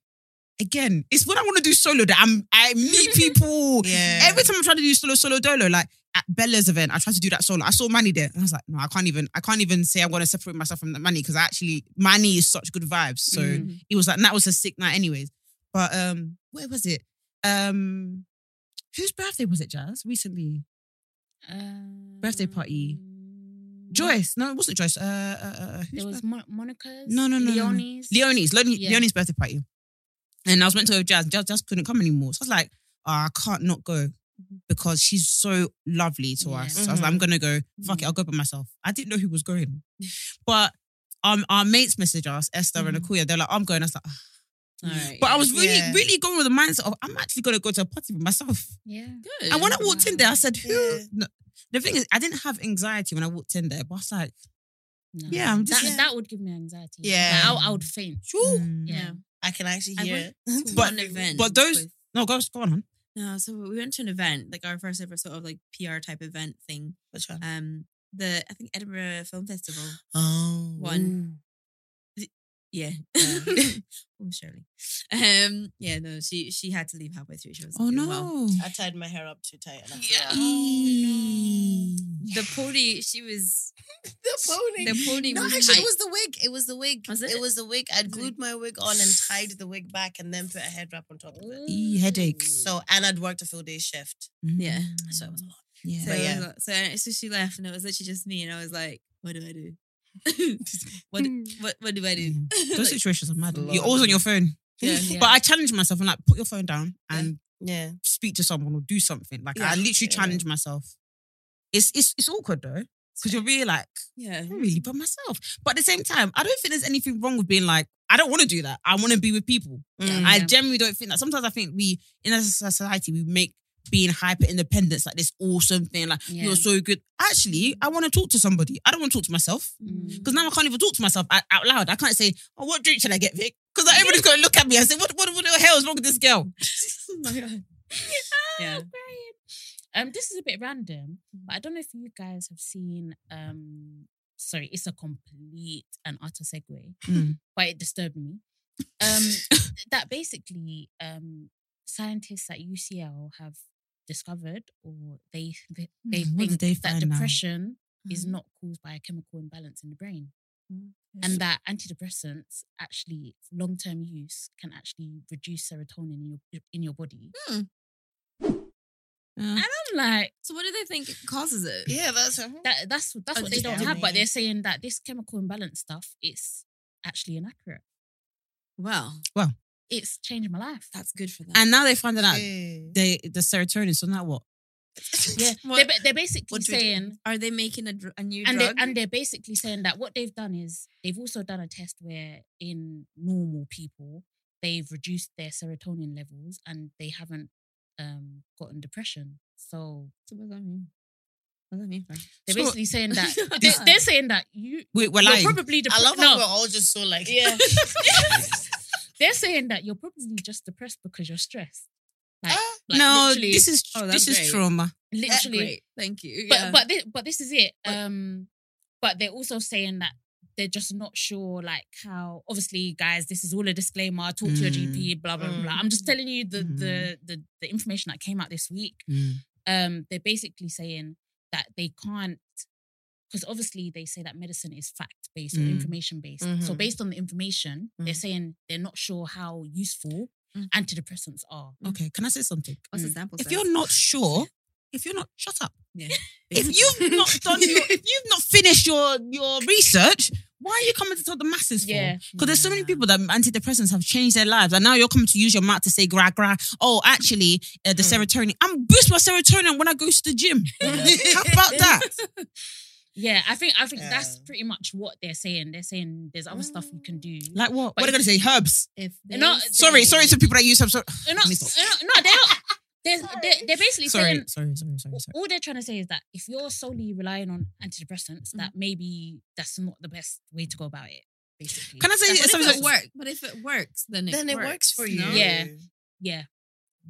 Again, it's when I want to do solo that I'm I meet people.
Yeah.
Every time I try to do solo, solo dolo, like at Bella's event, I tried to do that solo. I saw Manny there, and I was like, no, I can't even. I can't even say I'm gonna separate myself from that Manny because I actually Manny is such good vibes. So
Mhm.
it was like and that was a sick night, anyways. But um, where was it? Um, whose birthday was it? Jazz recently.
Um,
Birthday party. Joyce? No, it wasn't Joyce. Uh, uh, uh, whose
Mm. There was Mo- Monica's.
No, no, no, no, no.
Leonie's.
Leonie's, Leonie,
Yeah.
Leonie's birthday party. And I was meant to go with Jazz. Jazz. Jazz couldn't come anymore. So I was like, oh, I can't not go
Mm-hmm.
because she's so lovely to us.
Yeah.
So I was like, I'm going to go.
Mm-hmm.
Fuck it, I'll go by myself. I didn't know who was going. But um, our mates messaged us, Esther and Akuya. They're like, I'm going. I was like, "Ah."
Mm-hmm. All right,
but I
yeah.
was really,
Yeah.
really going with the mindset of, I'm actually going to go to a party with myself.
Yeah.
good.
And when I walked in there, I said, who?
Yeah.
No. The thing is, I didn't have anxiety when I walked in there, but I was like,
No.
Yeah, I'm just-
that, that would give me anxiety.
Yeah.
Like, I, I would faint.
Phew.
mm.
Yeah.
I can actually
I
hear
went
it.
to
But-
one event
but those-
with-
No, go, go on. hon.
no, so we went to an event, like our first ever sort of like PR type event thing.
Which one?
Um, the I think Edinburgh Film Festival.
Oh.
One. Yeah.
Yeah.
oh, Shirley. Um, yeah, no, she she had to leave halfway through. She was
Oh, no.
Well.
I tied my hair up too tight. And I
Yeah.
forgot. Oh
The pony, she was
the pony.
the pony
No,
was
actually,
tight.
it was the wig. It was the wig.
Was
it?
it?
was the wig. I
Was it?
glued my wig on and tied the wig back, and then put a head wrap on top of it.
E- headaches. Mm-hmm.
So, and I'd worked a full day shift,
Yeah.
Mm.
so it was a lot.
Yeah.
So,
But yeah.
yeah. so I- so she left, and it was literally just me, and I was like, "What do I do? what, do- what what do I do?"
Mm-hmm. Those
Like,
situations are mad.
Lord.
You're always on your phone.
Yeah.
But I challenge myself. I'm like, put your phone down and
Yeah.
speak to someone or do something. Like I
Yeah.
literally
Yeah.
challenge myself. It's it's it's awkward though because you're really like
yeah,
I'm really by myself. But at the same time, I don't think there's anything wrong with being like I don't want to do that. I want to be with people.
Mm.
I
Yeah.
generally don't think that. Sometimes I think we in a society we make being hyper independence like this awesome thing. Like
Yeah.
you're so good. Actually, I want to talk to somebody. I don't want to talk to myself.
Mm.
Because now I can't even talk to myself out, out loud. I can't say, oh, what drink should I get, Vic? Because everybody's going to look at me and say, what, what, what the hell is wrong with this girl?
Oh
Yeah.
I'm crying. Um, this is a bit random, but
Mm.
I don't know if you guys have seen. Um, sorry, it's a complete and utter segue,
Mm.
but it disturbed me. Um, that basically, um, scientists at UCL have discovered, or they they, they
Mm, what did
think
they
that
find Mm-hmm. now?
depression is not caused by a chemical imbalance in the brain,
Mm,
and that antidepressants actually long term use can actually reduce serotonin in your in your body.
Uh,
And I'm like.
So what do they think causes it?
Yeah, that's
That, that's that's
Oh,
what they
just
don't
tell
have, but
me.
they're saying that this chemical imbalance stuff is actually inaccurate.
Well,
It's changed my life.
that's good for them.
and now they're finding out
Yeah.
they, the serotonin, so now what?
yeah,
What-
they're, ba- they're basically
what do we do?
saying,
are they making a, dr- a new
and they
drug?
and they're basically saying that what they've done is they've also done a test where in normal people they've reduced their serotonin levels and they haven't um, gotten depression. So
So what does that mean? What does that mean? For?
they're
So-
basically saying that they, they're saying that you
We, we're
you're
lying.
probably
I
depressed.
love how
no,
we're all just so like,
they're saying that you're probably just depressed because you're stressed. Like,
Ah,
like
Uh, no,
literally-
this is
Oh,
this
that's
is
great.
trauma.
That's
literally.
great. Thank you.
But
yeah.
but this, but this is it. Um, but they're also saying that they're just not sure, like how. Obviously, guys, this is all a disclaimer. Talk to your
Mm.
GP. Blah blah
Mm.
blah. I'm just telling you the,
Mm.
the the the information that came out this week. Um, they're basically saying that they can't. Because obviously they say that medicine is fact based or
Mm.
information based. So
Mhm.
based on the information, they're
Mm.
saying they're not sure how useful
Mm.
antidepressants are.
Okay, can I say something?
What's the
Mm.
sample?
If
size?
you're not sure, if you're not, shut up.
Yeah.
If you've not done your, if you've not finished your your research, why are you coming to tell the masses for?
Yeah.
Because there's so many
Yeah.
people that antidepressants have changed their lives, and now you're coming to use your mouth to say gra gra. Oh, actually, uh, the serotonin. I'm boost my serotonin when I go to the gym. How about that?
Yeah, I think I think that's
Yeah.
pretty much what they're saying. They're saying there's other stuff you can do.
Like what? what
But
are they going to say? Herbs.
If they
No,
say-
Sorry, sorry to people that use herbs. Sorry,
They're not,
Let me stop.
they're not, no, they're not. They're, they're, they're basically
sorry,
saying
sorry, sorry, sorry. sorry.
all they're trying to say is that if you're solely relying on antidepressants, that
Mm-hmm.
maybe that's not the best way to go about it. Basically,
Can I say
But if
something?
it work, but if it works, then it
Then it
works,
works for you.
no?
Yeah. yeah,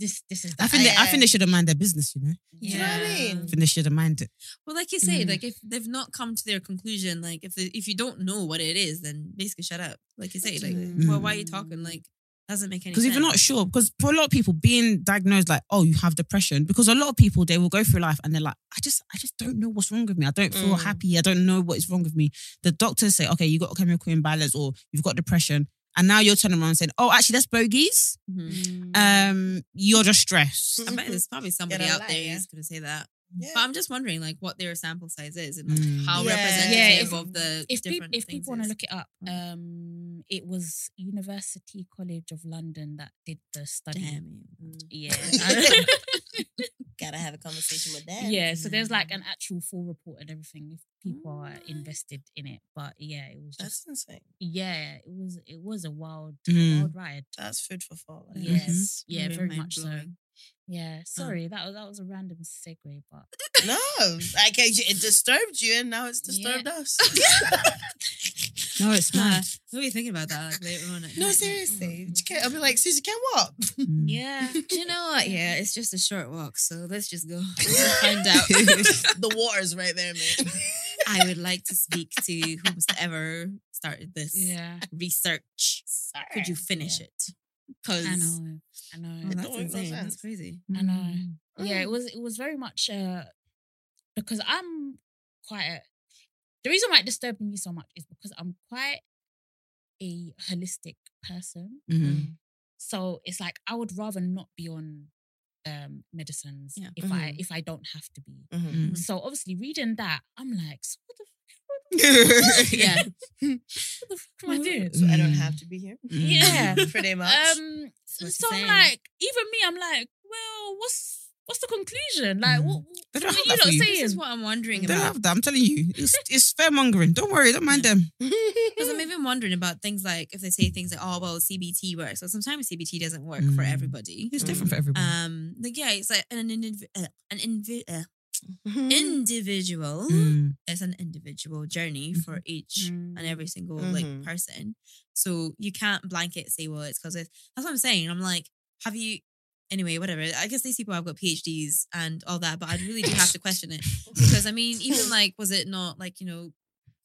this this is.
I
that.
think they, I
Yeah.
think they should have mind their business. You know,
Do you know what I
Yeah.
mean?
I think they should have mind it.
Well, like you said,
Mm-hmm.
Mm.
like if they've not come to their conclusion, like if they, if you don't know what it is, then basically shut up. Like you say, like
Absolutely.
well, why are you
Mm-hmm.
talking? Like doesn't make any.
Because if you're
sense.
not sure, because for a lot of people, being diagnosed like, oh, you have depression, because a lot of people they will go through life and they're like, I just, I just don't know what's wrong with me. I don't feel
Mm.
happy. I don't know what is wrong with me. The doctors say, okay, you got chemical imbalance or you've got depression, and now you're turning around and saying, oh, actually that's bogies.
Mhm.
Mm-hmm.
Um, you're just stressed.
I bet there's probably somebody
a
out
lie,
there
yeah.
who's going to say that.
Yeah.
But I'm just wondering, like, what their sample size is and like,
Mm.
how
Yeah.
Yeah,
representative
if-
of the
if, peop-
different
if
things
people want
is.
to look it up,
Mm.
um, it was University College of London that did the study.
Damn.
Yeah, I-
Gotta have a conversation with that.
yeah. So there's like
Mm.
an actual full report and everything if people are invested in it. But yeah, it was just
That's insane.
yeah, it was it was a wild
Mm.
wild ride.
That's food for thought. like,
Yes,
Mhm.
yeah,
Very
very, much so.
mind-blowing.
Yeah, sorry that was that was a random segue, but
No, like it it disturbed you, and now it's disturbed us.
No, it's
Mad.
mad.
We'll be thinking about that like, later on. at night,
no,
like,
seriously.
oh.
You can't- I'll be like, Susie, can walk.
Mm.
yeah,
Do you know what? Yeah, it's just a short walk, so let's just go find out.
the water's right there, man.
I would like to speak to who's ever started this
yeah.
research. Could you finish it? Because
I know, I
Oh,
know,
don't
that's
make no
insane. That's
sense.
crazy.
I know.
mm-hmm.
Yeah, it was it was very much uh because I'm quite a, the reason why it disturbed me so much is because I'm quite a holistic person.
Mm-hmm.
Mm.
Mhm.
So it's like I would rather not be on um medicines
Yeah. Mm-hmm.
if I
Mhm.
if I don't have to be.
Mhm.
Mhm.
So obviously reading that, I'm like, so what the
Yeah.
what the fuck am I doing?
So I don't have to be here.
Mm-hmm.
Mm.
Yeah.
Pretty much.
Um
what
so
you're
I'm
saying.
like, even me, I'm like, well, what's what's the conclusion? Like what,
They
what
don't
are
have
you
that for
not
you.
This
saying?
is what I'm wondering
They don't
about.
have that. I'm telling you, it's it's fair mongering. Don't worry, don't mind them.
Um, Because I'm even wondering about things like if they say things like, "Oh, well, CBT works," but sometimes CBT doesn't work for
Mm.
everybody.
It's different for everyone.
Um, like yeah, it's like an indiv- uh, an invi- uh,
Mm-hmm.
individual.
Mm.
It's an individual journey
Mm-hmm.
for each and every single like
Mhm.
person. So you can't blanket say, "Well, it's because it's." That's what I'm saying. I'm like, have you? Anyway, whatever. I guess these people have got PhDs and all that, but I really do have to question it because I mean, even like, was it not like you know,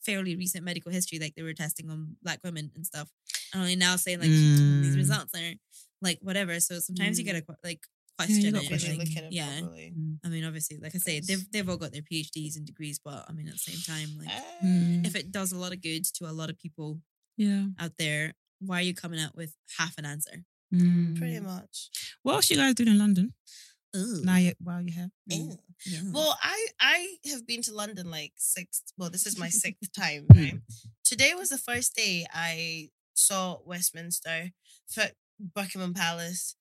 fairly recent medical history, like they were testing on black women and stuff, and only now saying like these
Mm.
results are like whatever. So sometimes you
Mm.
gotta que- like
you
question
got
it.
question
like,
it.
yeah.
properly.
I mean, obviously, like I say, they've they've all got their PhDs and degrees, but I mean, at the same time, like
Eh,
Mm.
if it does a lot of good to a lot of people
Yeah.
out there, why are you coming out with half an answer?
Mm.
Pretty much.
What else you guys doing in London?
Ooh.
Now you while you're here.
Mm,
Yeah.
Yeah.
Well, I I have been to London like six. Well, this is my sixth time.
Mm.
Right? Today was the first day I saw Westminster, for Buckingham Palace,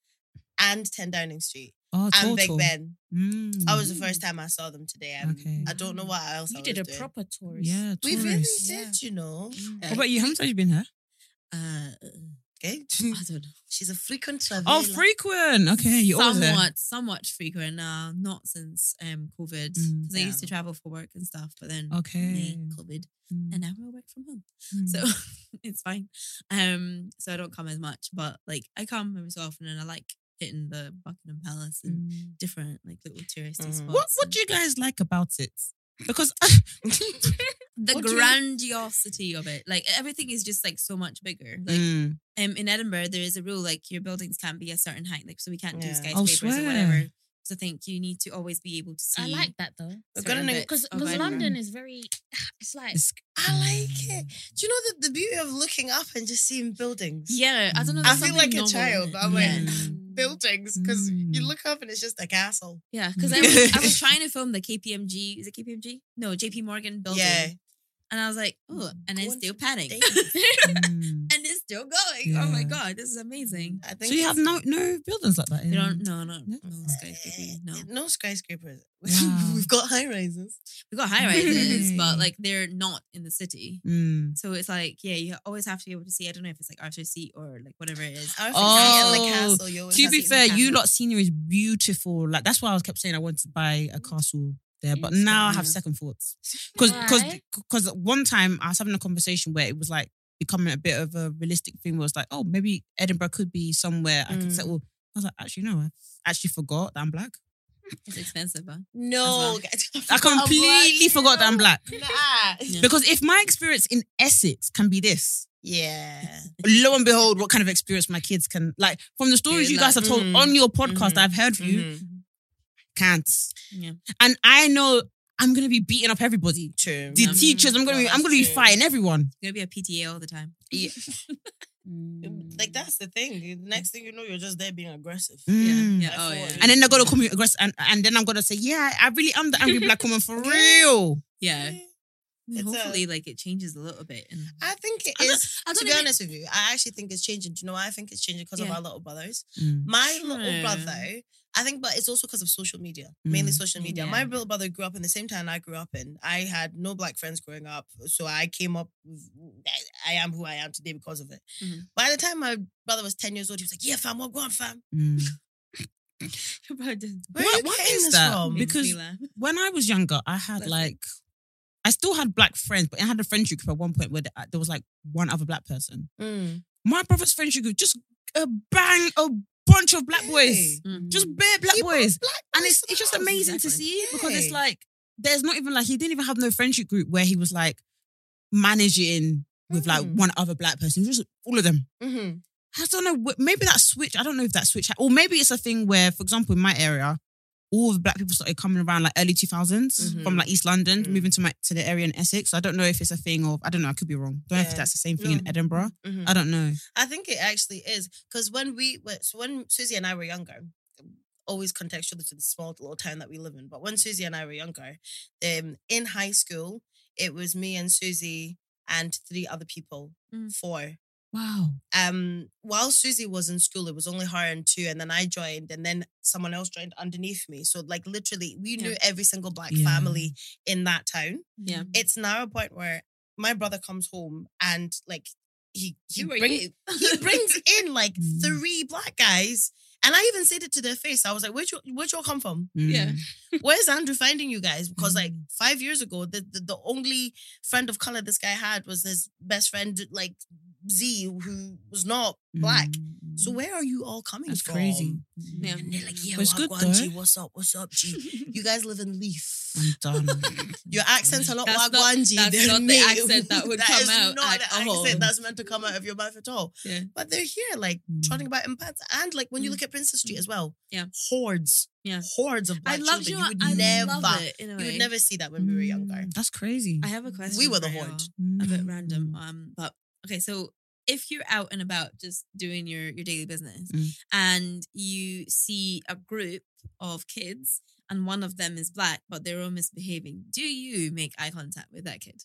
and Ten Downing Street,
Oh,
and Big
Toto.
Ben.
Mm.
Oh,
That was the first time I saw them today. Um,
Okay.
I don't know what else. I
You did a
was doing.
proper tourist.
Yeah,
We
tourist.
really
tourist. Yeah.
did, you know.
What about you? How many times you been here?
uh,
Okay.
I don't know.
She's a frequent traveler.
Oh, frequent. Okay, you always
somewhat,
there.
somewhat frequent now. Not since um COVID, because
Mm.
I used to travel for work and stuff, but then
Okay.
they COVID,
Mm.
and now I work from home,
Mm.
so it's fine. Um, so I don't come as much, but like I come every so often, and I like hitting the Buckingham Palace and
Mm.
different like little touristy
Mhm.
spots.
What What
and-
do you guys like about it?
Because
the
What do you-
grandiosity of it. Like everything is just like so much bigger. Like
Mm.
um, in Edinburgh, there is a rule like your buildings can't be a certain height, like so we can't do
Yeah. Oh,
I'll
skyscrapers or
swear.
whatever. So I think you need to always be able to see.
I like that though.
We're
certain
gonna neg-
bits
Because
of
because
Edinburgh.
London is very, it's like
It's-
I like it. Do you know the, the beauty of looking up and just seeing buildings?
Yeah, I don't know.
I
there's
feel
something
like a
novel
child.
in it.
but I'm like,
Yeah.
buildings because you
Mm.
look up and it's just a castle.
Yeah, because I, was- I was trying to film the KPMG. Is it KPMG? No, JP Morgan building.
Yeah.
And I was like, oh, and
Go
it's
on
still
for
padding.
days.
Mm.
and it's still going. Oh my
Yeah.
god, this is amazing.
I think
so you
it's-
have no no buildings like that.
You
in-
don't no no no
No.
skyscraper no.
Eh, No skyscrapers.
Wow.
We've got high rises.
We got high rises, but
Mm.
like they're not in the city.
Mm.
So it's like yeah, you always have to be able to see. I don't know if it's like Arthur's Seat or like whatever it is.
I don't think
Oh.
it's in the castle. You always
To
have
be
see-
fair, you
castle.
lot scenery is beautiful. Like that's why I was kept saying I wanted to buy a castle there, but
In
now I have
Scotland.
second thoughts because because
Why?
because one time I was having a conversation where it was like becoming a bit of a realistic thing. Where it's like, oh, maybe Edinburgh could be somewhere I could
Mm.
settle. I was like, actually, no, I actually forgot that I'm black.
It's expensive, but
No,
I completely forgot that I'm black.
Nah.
Because if my experience in Essex can be this,
Yeah.
lo and behold, what kind of experience my kids can like from the stories
Yeah,
you guys
like-
have told
Mhm.
on your podcast
Mhm.
that I've heard from you, can't.
Yeah.
And I know I'm gonna be beating up everybody.
True.
The
Mm.
teachers, I'm gonna be,
Well,
I'm gonna be
that's true.
fighting everyone.
You're gonna be a PTA all the time.
Yeah.
Mm.
Like that's the thing. The next thing you know, you're just there being aggressive.
Mm.
Yeah, yeah.
I
Oh
thought
yeah.
it
And then they're gonna call me aggressive, and, and then I'm gonna say, yeah, I really am the angry black woman for real.
yeah. I mean,
It's a-
hopefully, like it changes a little bit. And
I think it
I don't-
is.
I
To
don't
be
even-
honest with you, I actually think it's changing. Do you know why I think it's changing? Because
Yeah.
of our little brothers.
Mm.
My little
True.
brother, I think, but it's also because of social media, mainly
Mm.
social media. My
Yeah.
little brother grew up in the same town I grew up in. I had no black friends growing up, so I came up. With, I- I am who I am today because of it.
Mm-hmm.
Mhm.
By the time my brother was ten years old, he was like, "Yeah, fam, what going, fam?
Mm.
Where
Why-
are you
why
getting
is
this
that?
from?"
Because- when I was younger, I had
Bless
like, I still had black friends, but I had a friendship group at one point where there there was like one other black person.
Mm.
My brother's friendship group just a bang a bunch of black boys,
Hey.
just
Mm-hmm.
bare black
Keep
boys,
black
and
boys
it's it's just
love.
amazing to
exactly.
see because it's
Yeah.
like there's not even like he didn't even have no friendship group where he was like managing with like
Mm.
one other black person, just all of them.
Mhm.
I don't know. wh- Maybe that switch. I don't know if that switch, ha- or maybe it's a thing where, for example, in my area, all the black people started coming around like early two
Mhm.
from like East London,
Mm.
moving to my to the area in Essex. So I don't know if it's a thing of. I don't know. I could be wrong. Don't know
Yeah.
if that's the same thing in
No.
Edinburgh.
Mhm.
I don't know.
I think it actually is because when we were, so when Susie and I were younger, always contextual to the small little town that we live in. But when Susie and I were younger, um, in high school, it was me and Susie and three other people,
Mm.
four.
Wow.
Um, while Susie was in school, it was only her and two, and then I joined, and then someone else joined underneath me. So like literally, we
Yeah.
knew every single black
Yeah. Mm.
family in that town
Yeah.
it's now a point where my brother comes home and like he he, bring, he brings in like
Mm.
three black guys. And I even said it to their face. I was like, "Where'd you where'd you all come from?
Yeah.
Where's Andrew finding you guys?" Because like
Mm.
five years ago, the, the the only friend of color this guy had was his best friend, like Z, who was not black.
Mm.
So where are you all coming
that's
from?
crazy.
Yeah.
And they're like, Mm. "Yeah,
But it's
well,
good
Wagwan, G,
though.
what's up? What's up, G? You guys live in Leaf.
I'm done.
Your accent's a lot
That's not-
Wagwanji
that's
than
not the
me.
accent that would come
is
out
not
at
the
all.
accent that's meant to come out of your mouth at all.
Yeah.
But they're here, like
Mm.
trotting about in pants, and like when you
Mm.
look at Princess Street as well,
Yeah.
hordes,
Yeah.
hordes of
I
black
love you.
children.
know
you would
what? I
never,
love it Mm. in a
you
way.
would never see that when we were younger.
That's crazy.
I have a question.
were the
for
horde.
y'all. a bit
Mm-hmm. Mm.
random. Um, but okay, so if you're out and about just doing your your daily business
Mm.
and you see a group of kids and one of them is black but they're all misbehaving, do you make eye contact with that kid?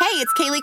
Hey, it's Kaylee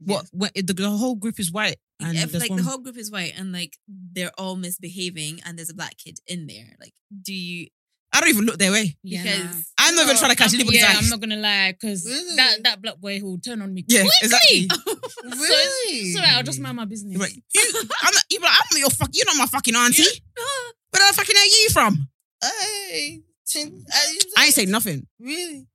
What? what the, the whole group is white. And
if
there's
like
one-
the whole group is white and like they're all misbehaving and there's a black kid in there, like do you
I don't even look their way.
Yeah,
because
nah.
I'm not even trying to catch anybody's
yeah,
eyes.
I'm not gonna lie, because
Really?
that, that black boy who turn on me
Yeah,
quickly.
exactly.
So it's, it's all right, I'll just mind my business.
You're like, you, I'm not, you're like, I'm not your fuck. You're not my fucking auntie. Where the fucking are you from?
Hey, chin-
I ain't say nothing.
Really?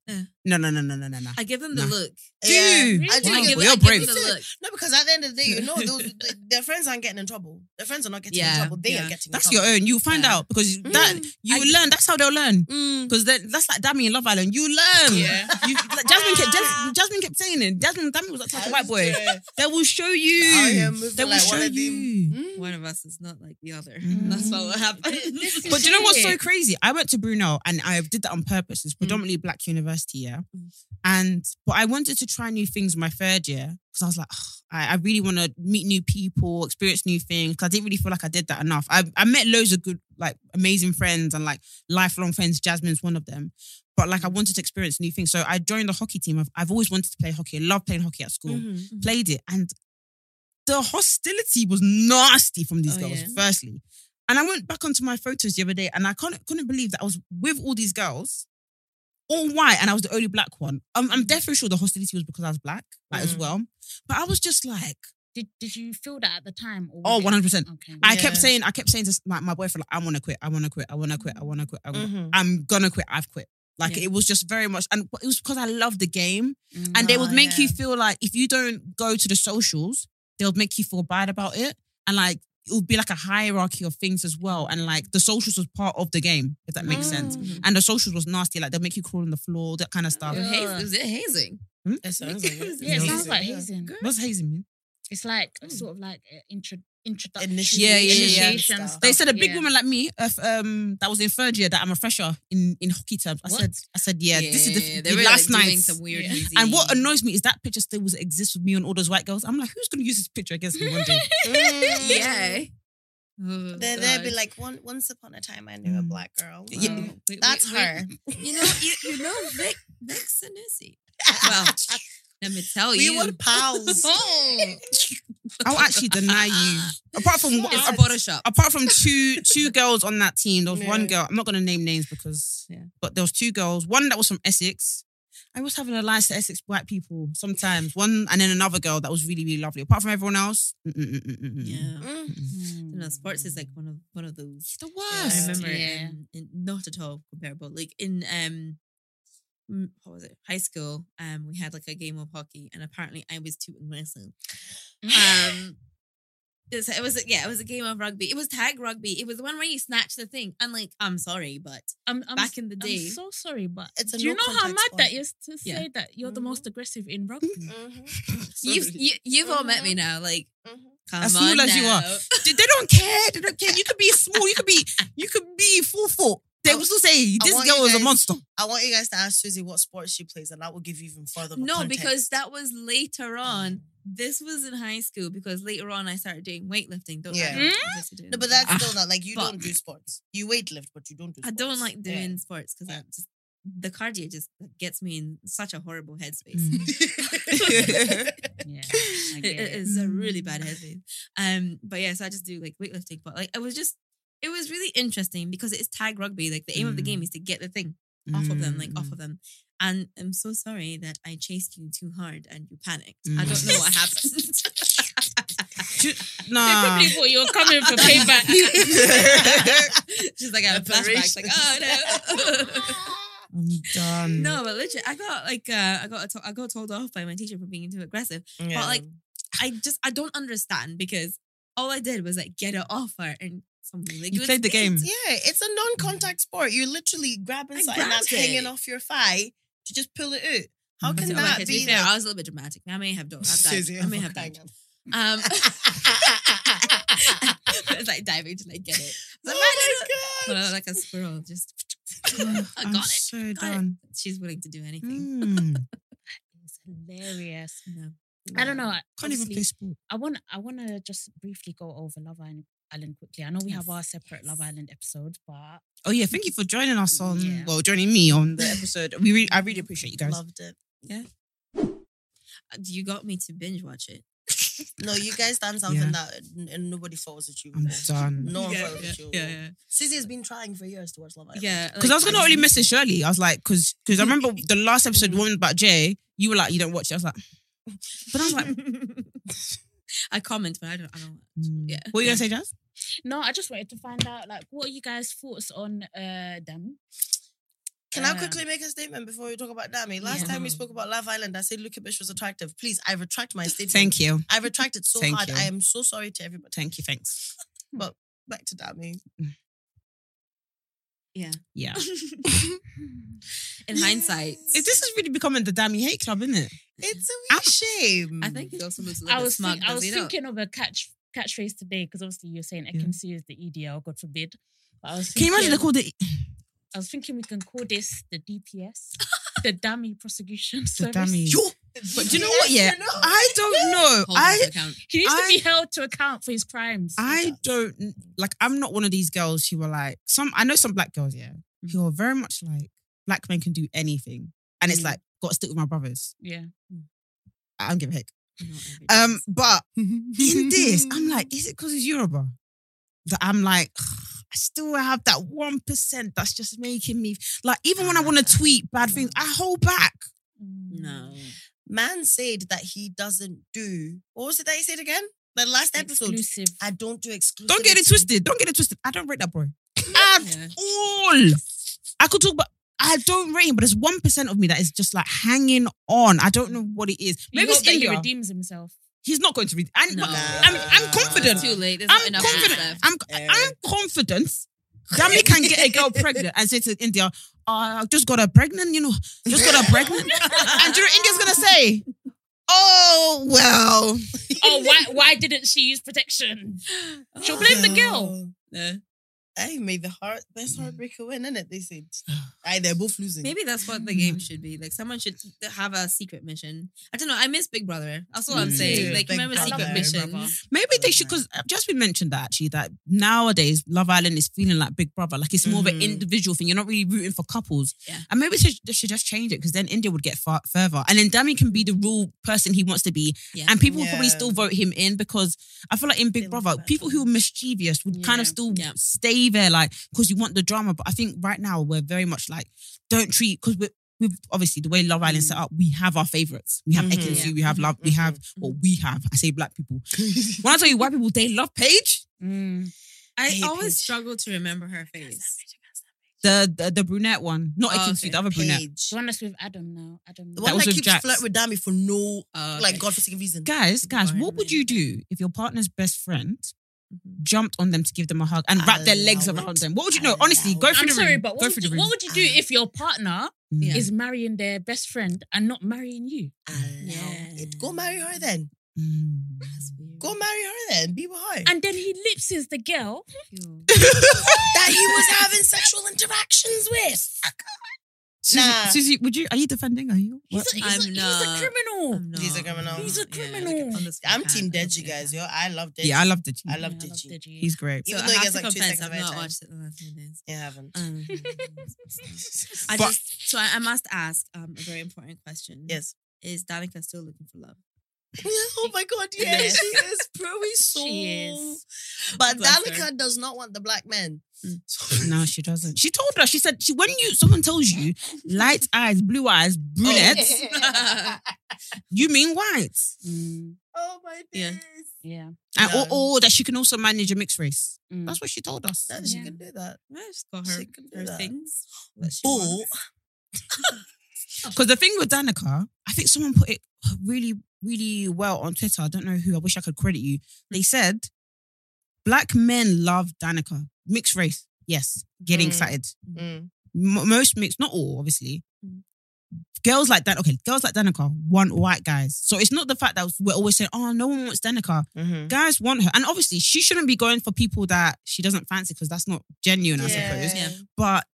No, no, no, no, no, no, no.
I give them the
Nah.
look.
Do you?
I do.
I
Wow.
give,
You're
I
brave.
give them the look.
No, because at the end of the day, you know, those, th- their friends aren't getting in trouble. Their friends are not getting
Yeah,
in trouble. They
yeah.
are getting
That's
in
your
trouble.
own. You find
Yeah.
out because
Mm.
that you will learn. That's how they'll learn.
Mm.
Because that's like Dami in Love Island. You learn.
Yeah.
You, like Jasmine, kept, Jas- Jasmine kept saying it. Jasmine, Dami was that type of white boy. They will show
Out
you.
here moving
They will
like
show
one of them.
you.
One of us is not like the other.
Mm.
That's what will happen.
This is
But do you know what's so
it.
crazy? I went to Brunel and I did that on purpose. It's predominantly black university, yeah. And but I wanted to try new things my third year because I was like, "Ugh, I, I really want to meet new people, experience new things. 'cause I didn't really feel like I did that enough. I, I met loads of good, like amazing friends and like lifelong friends. Jasmine's one of them. But like I wanted to experience new things. So I joined the hockey team. I've, I've always wanted to play hockey. I love playing hockey at school. Mm-hmm. Played it and the hostility was nasty from these
Oh,
girls,
yeah.
firstly. And I went back onto my photos the other day and I can't, couldn't believe that I was with all these girls, all white, and I was the only black one. I'm, I'm definitely sure the hostility was because I was black like, as
Mm.
well. But I was just like,
Did, did you feel that at the time? Or
Oh,
was it-
100%.
Okay.
I kept
Yeah.
saying, I kept saying to s- my, my boyfriend, like, I want to quit, I want to quit, I want to quit, I want to quit, I wanna,
Mm-hmm.
Mhm.
I'm gonna quit, I've quit. Like
Yeah.
it was just very much, and it was because I love the game,
Mm.
and they would
Ah,
make you
yeah.
feel like if you don't go to the socials, they'll make you feel bad about it, and like it would be like a hierarchy of things as well, and like the socials was part of the game, if that makes sense.
Mm.
And the socials was nasty, like they'll make you crawl on the floor, that kind of stuff.
It was
Yeah.
haz- was it hazing?
That sounds like it.
Yeah, it sounds
Hazing,
like hazing.
What's hazing mean?
It's like sort of like uh, intro, introduction.
Initiation
Yeah, yeah, yeah, yeah.
initiation
They
stuff,
Oh,
They said a big
yeah.
woman like me, uh, f- um, that was in third year, that I'm a fresher in in hockey terms. I
What?
said, I said, yeah, this is the,
they
the
were,
last
like,
night.
doing some weird.
Yeah.
hazy-
and what annoys me is that picture still was exists with me and all those white girls. I'm like, who's gonna use this picture against me one day?
Mm. yeah. Oh,
They they'd be
God.
like one once upon a time I knew a
Mm.
black girl.
Yeah.
Um,
We- we-
That's
we-
her.
You know, you, you know, Vic, Vic Sanusi. Well, let me tell
We
Oh, you,
were pals.
I'll actually deny you. Apart from
It's a
if-
bottle shop.
apart from two two girls on that team, there was one
Yeah.
girl. I'm not gonna name names because,
Yeah.
but there was two girls. One that was from Essex. I was having alliance to Essex white people sometimes. One and then another girl that was really really lovely. Apart from everyone else, mm, mm, mm, mm, mm, mm.
Yeah,
Mm.
you know, sports is like one of one of those.
the
I
worst.
remember,
Yeah.
um, in- not at all comparable. Like in um, mm, what was it? High school. Um, we had like a game of hockey, and apparently I was tooting wrestling. Um. It was, it was yeah, it was a game of rugby. It was tag rugby. It was the one where you snatch the thing. I'm like, I'm sorry, but
I'm, I'm,
back in the
I'm
day,
so sorry, but
It's a
do you
no
know how
contact
mad
sport.
that is to say
Yeah.
that you're the most aggressive in rugby?
Mhm.
you've you, you've all met me now. Like,
Mhm.
come
As
on
small as you are.
now.
they, they don't care. They don't care. You could be small. You could be. You could be full foot. They will still say
I
this
want
girl
you
is a
guys-
monster.
I want you guys to ask Susie what sport she plays, and that will give you even further. of a
No, because
context.
that was later on. This was in high school because later on I started doing weightlifting. Don't
Yeah.
I
Mm?
don't like to do
No, but
that.
that's still not like you
Ah, fuck.
don't do sports. You weightlift, but you don't do.
I
Sports.
don't like
Yeah.
doing sports because I just the cardio just gets me in such a horrible headspace.
Mm.
Mm, Yeah, I
It-
get
it
it. Mm.
is a really bad headspace. Um, but yeah, so I just do like weightlifting. But like, I was just, it was really interesting because it's tag rugby. Like the aim of the
Mm.
game is to get the thing off of them, like
Mm.
off of them. And I'm so sorry that I chased you too hard and you panicked. I don't know what happened.
They
Nah.
probably thought you were coming for payback.
She's like, I have flashbacks. Like, oh no.
I'm done.
No, but literally, I got like uh, I got to- I got told off by my teacher for being too aggressive.
Yeah.
But like, I just I don't understand because all I did was like get it off her and some really
You
good
played the
spin.
game.
Yeah, it's a non-contact sport. You're literally grabbing
I
something that's
grabbed
hanging
it.
off your thigh to just pull it out. How
Mhm.
So,
can
okay,
that
to
be?
be fair,
that-
I was a little bit dramatic. I may have done. I've died.
Susie,
I may
I'm
have
oh, Hang
died.
on.
Um, but it's like diving to like get it. So
Oh my
but
god!
I'm like a squirrel, just I
I'm
got it.
so
got it.
done.
She's willing to do anything.
Mm.
it's hilarious.
No.
I don't know. I-
Can't even
obviously,
play sport.
I want. I want to just briefly go over Love Island, Island quickly. I know we have
Yes,
our separate Love
yes.
Island episodes, but Mm,
Oh yeah, thank you for joining us on.
Yeah.
Well, joining me on the episode. We really, I really appreciate you guys.
Loved it.
Uh, You got me to binge watch it.
No, you guys done something
Yeah.
that n- and nobody follows with you.
I'm
for.
done.
No one
yeah,
follows
yeah,
with you.
yeah, yeah.
Susie has been trying for years to watch Love Island.
Yeah, um,
Because I was gonna only message Shirley. I was like, because because I remember the last
Mm.
episode, the one about Jay. You were like, you don't watch. it. I was like, but I was like,
I comment, but I don't. I don't.
mm.
Yeah.
What are you gonna say, Jazz?
no. I just wanted to find out, like, what are you guys' thoughts on uh them?
Can I
Um,
quickly make a statement before we talk about Dami? Last
Yeah.
time we spoke about Love Island, I said Luca Bish was attractive. Please, I retract my statement.
Thank you,
I retract it so
Thank
hard.
you.
I am so sorry to everybody.
thank you, thanks.
But back to Dami.
Yeah.
Yeah,
In hindsight,
It- this is really becoming the damn you hate club, isn't it?
It's a wee shame.
I think it also looks a little
I
bit
was
smug.
think- I
does
was
it not?
thinking of a catch catchphrase today because obviously you're saying
Yeah.
Ekimsu is the EDL, God forbid. But I was
Can you imagine they E
thinking-
called it
I was thinking we can call this the DPS, the Dummy Prosecution
the
Service.
damn you? But do you know what? Yeah,
Yes, you know.
I don't know.
Hold
I
them to account.
He needs to be
I-
held to account for his crimes.
I don't like. I'm not one of these girls who are like some. I know some black girls, yeah,
Mm-hmm.
who are very much like black men can do anything, and it's
Mhm.
like got to stick with my brothers.
yeah.
I don't give a heck.
Mm. Not every day.
Um, but in this, I'm like, is it because it's Yoruba that I'm like, I still have that one percent that's just making me like. Even when I want to tweet bad things, I hold back.
Mm.
no.
Man said that he doesn't do. What was it that he said again? The last episode.
Exclusive.
I don't do exclusive.
Don't get it twisted. Don't get it twisted. I don't rate that boy at
Yeah.
all. I could talk about. I don't rate him, but there's one percent of me that is just like hanging on. I don't know what it is.
You
Maybe
hope
it's
that he
India.
redeems himself.
He's not going to read. And
No.
but I'm, I'm confident.
It's too late. There's not
I'm
enough
confident.
left.
I'm, I'm confident. Dami can get a girl pregnant and say to India, "I just got her pregnant, you know, just got her pregnant." and you know, India's gonna say, "Oh well,
Oh, why why didn't she use protection? She'll blame the girl.
Oh.
No.
Hey, may the heart best
Mm-hmm.
heartbreaker win, innit? They said. Aye, they're both losing.
Maybe that's what the game should be. Like someone should have a secret mission. I don't know. I miss Big Brother. That's all I'm
Mm.
saying.
Yeah,
Like
Big
remember
Brother,
secret
Big
mission.
Brother.
maybe they should." Because Jasmine mentioned that actually, that nowadays Love Island is feeling like Big Brother, like it's more of an
Mhm.
individual thing. You're not really rooting for couples,
Yeah.
and maybe they should, they should just change it because then India would get far further, and then Dami can be the real person he wants to be,
Yeah.
and people will probably
Yeah.
still vote him in because I feel like in Big
They love
Brother,
that
people who are mischievous would kind of
Yeah.
still
Yeah.
stay there, like because you want the drama. But I think right now we're very much like don't treat because we're. We've obviously the way Love Island set up, we have our favorites. We have
Mhm.
Ekin Su, we have love, we have what we have. I say black people. when I tell you white people, they love Paige,
Mm.
I
Hey,
always
Paige.
struggle to remember her face.
the the, the brunette one, not
Oh,
Ekin Su,
okay.
the other brunette.
Paige.
The one that's with Adam now. Adam.
The
That
one
was
that,
with
keeps
Jax.
flirting with Dami for no
Oh, okay.
like godforsaken reason.
Guys, guys,
Fine.
what would you do if your partner's best friend jumped on them to give them a hug and wrapped their legs
Allow
around
it.
them? What would you know? Honestly,
Allow
go
it.
through
I'm
the
sorry,
room.
but
go
what
through
would, you,
the room.
what would you do
Ah.
if your partner
Yeah.
is marrying their best friend and not marrying you?
Allow
Yeah.
it. Go marry her then.
Mm.
Go marry her then. Be with her.
And then he lipses the girl.
that he was having sexual interactions with.
Susie,
Nah.
Susie, would you? Are you defending? Are you?
He's,
what?
a, he's, a,
I'm
he's a
not.
criminal.
He's a criminal.
He's a criminal.
I'm team Deji, guys. Yo, I love Deji.
yeah, I love the.
I love
Yeah, I
Digi.
Digi.
He's great.
So
Even
I
though he
have
gets
to
like two
confess,
seconds
I've
of
not
airtime.
watched it the last few days.
Yeah, I haven't.
Um,
Mm-hmm.
I
But-
just so I, I must ask um, a very important question.
yes.
Is Danica still looking for love?
oh my god, yeah,
Yes.
she is probably so.
She is.
But
Bless her.
Danica does not want the black men. oh.
No, she doesn't. She told her. She said she when you someone tells you light eyes, blue eyes, brunettes, you mean whites.
Mm.
Oh my
Yeah.
days.
Yeah.
And, oh,
No.
oh, that she can also manage a mixed race.
Mm.
That's what she told us.
That she
Yeah.
can do that.
Yeah, she's got her,
She can do
her
that.
things.
That she
Or
wants.
because the thing with Danica, I think someone put it really, really well on Twitter. I don't know who. I wish I could credit you. They said, "Black men love Danica. Mixed race, yes. Getting
Mm.
excited.
Mm.
M- most mixed, not all, obviously. Girls like that. Okay, girls like Danica want white guys. So it's not the fact that we're always saying, "Oh, no one wants Danica."
Mhm.
Guys want her, and obviously she shouldn't be going for people that she doesn't fancy because that's not genuine, I suppose
Yeah.
but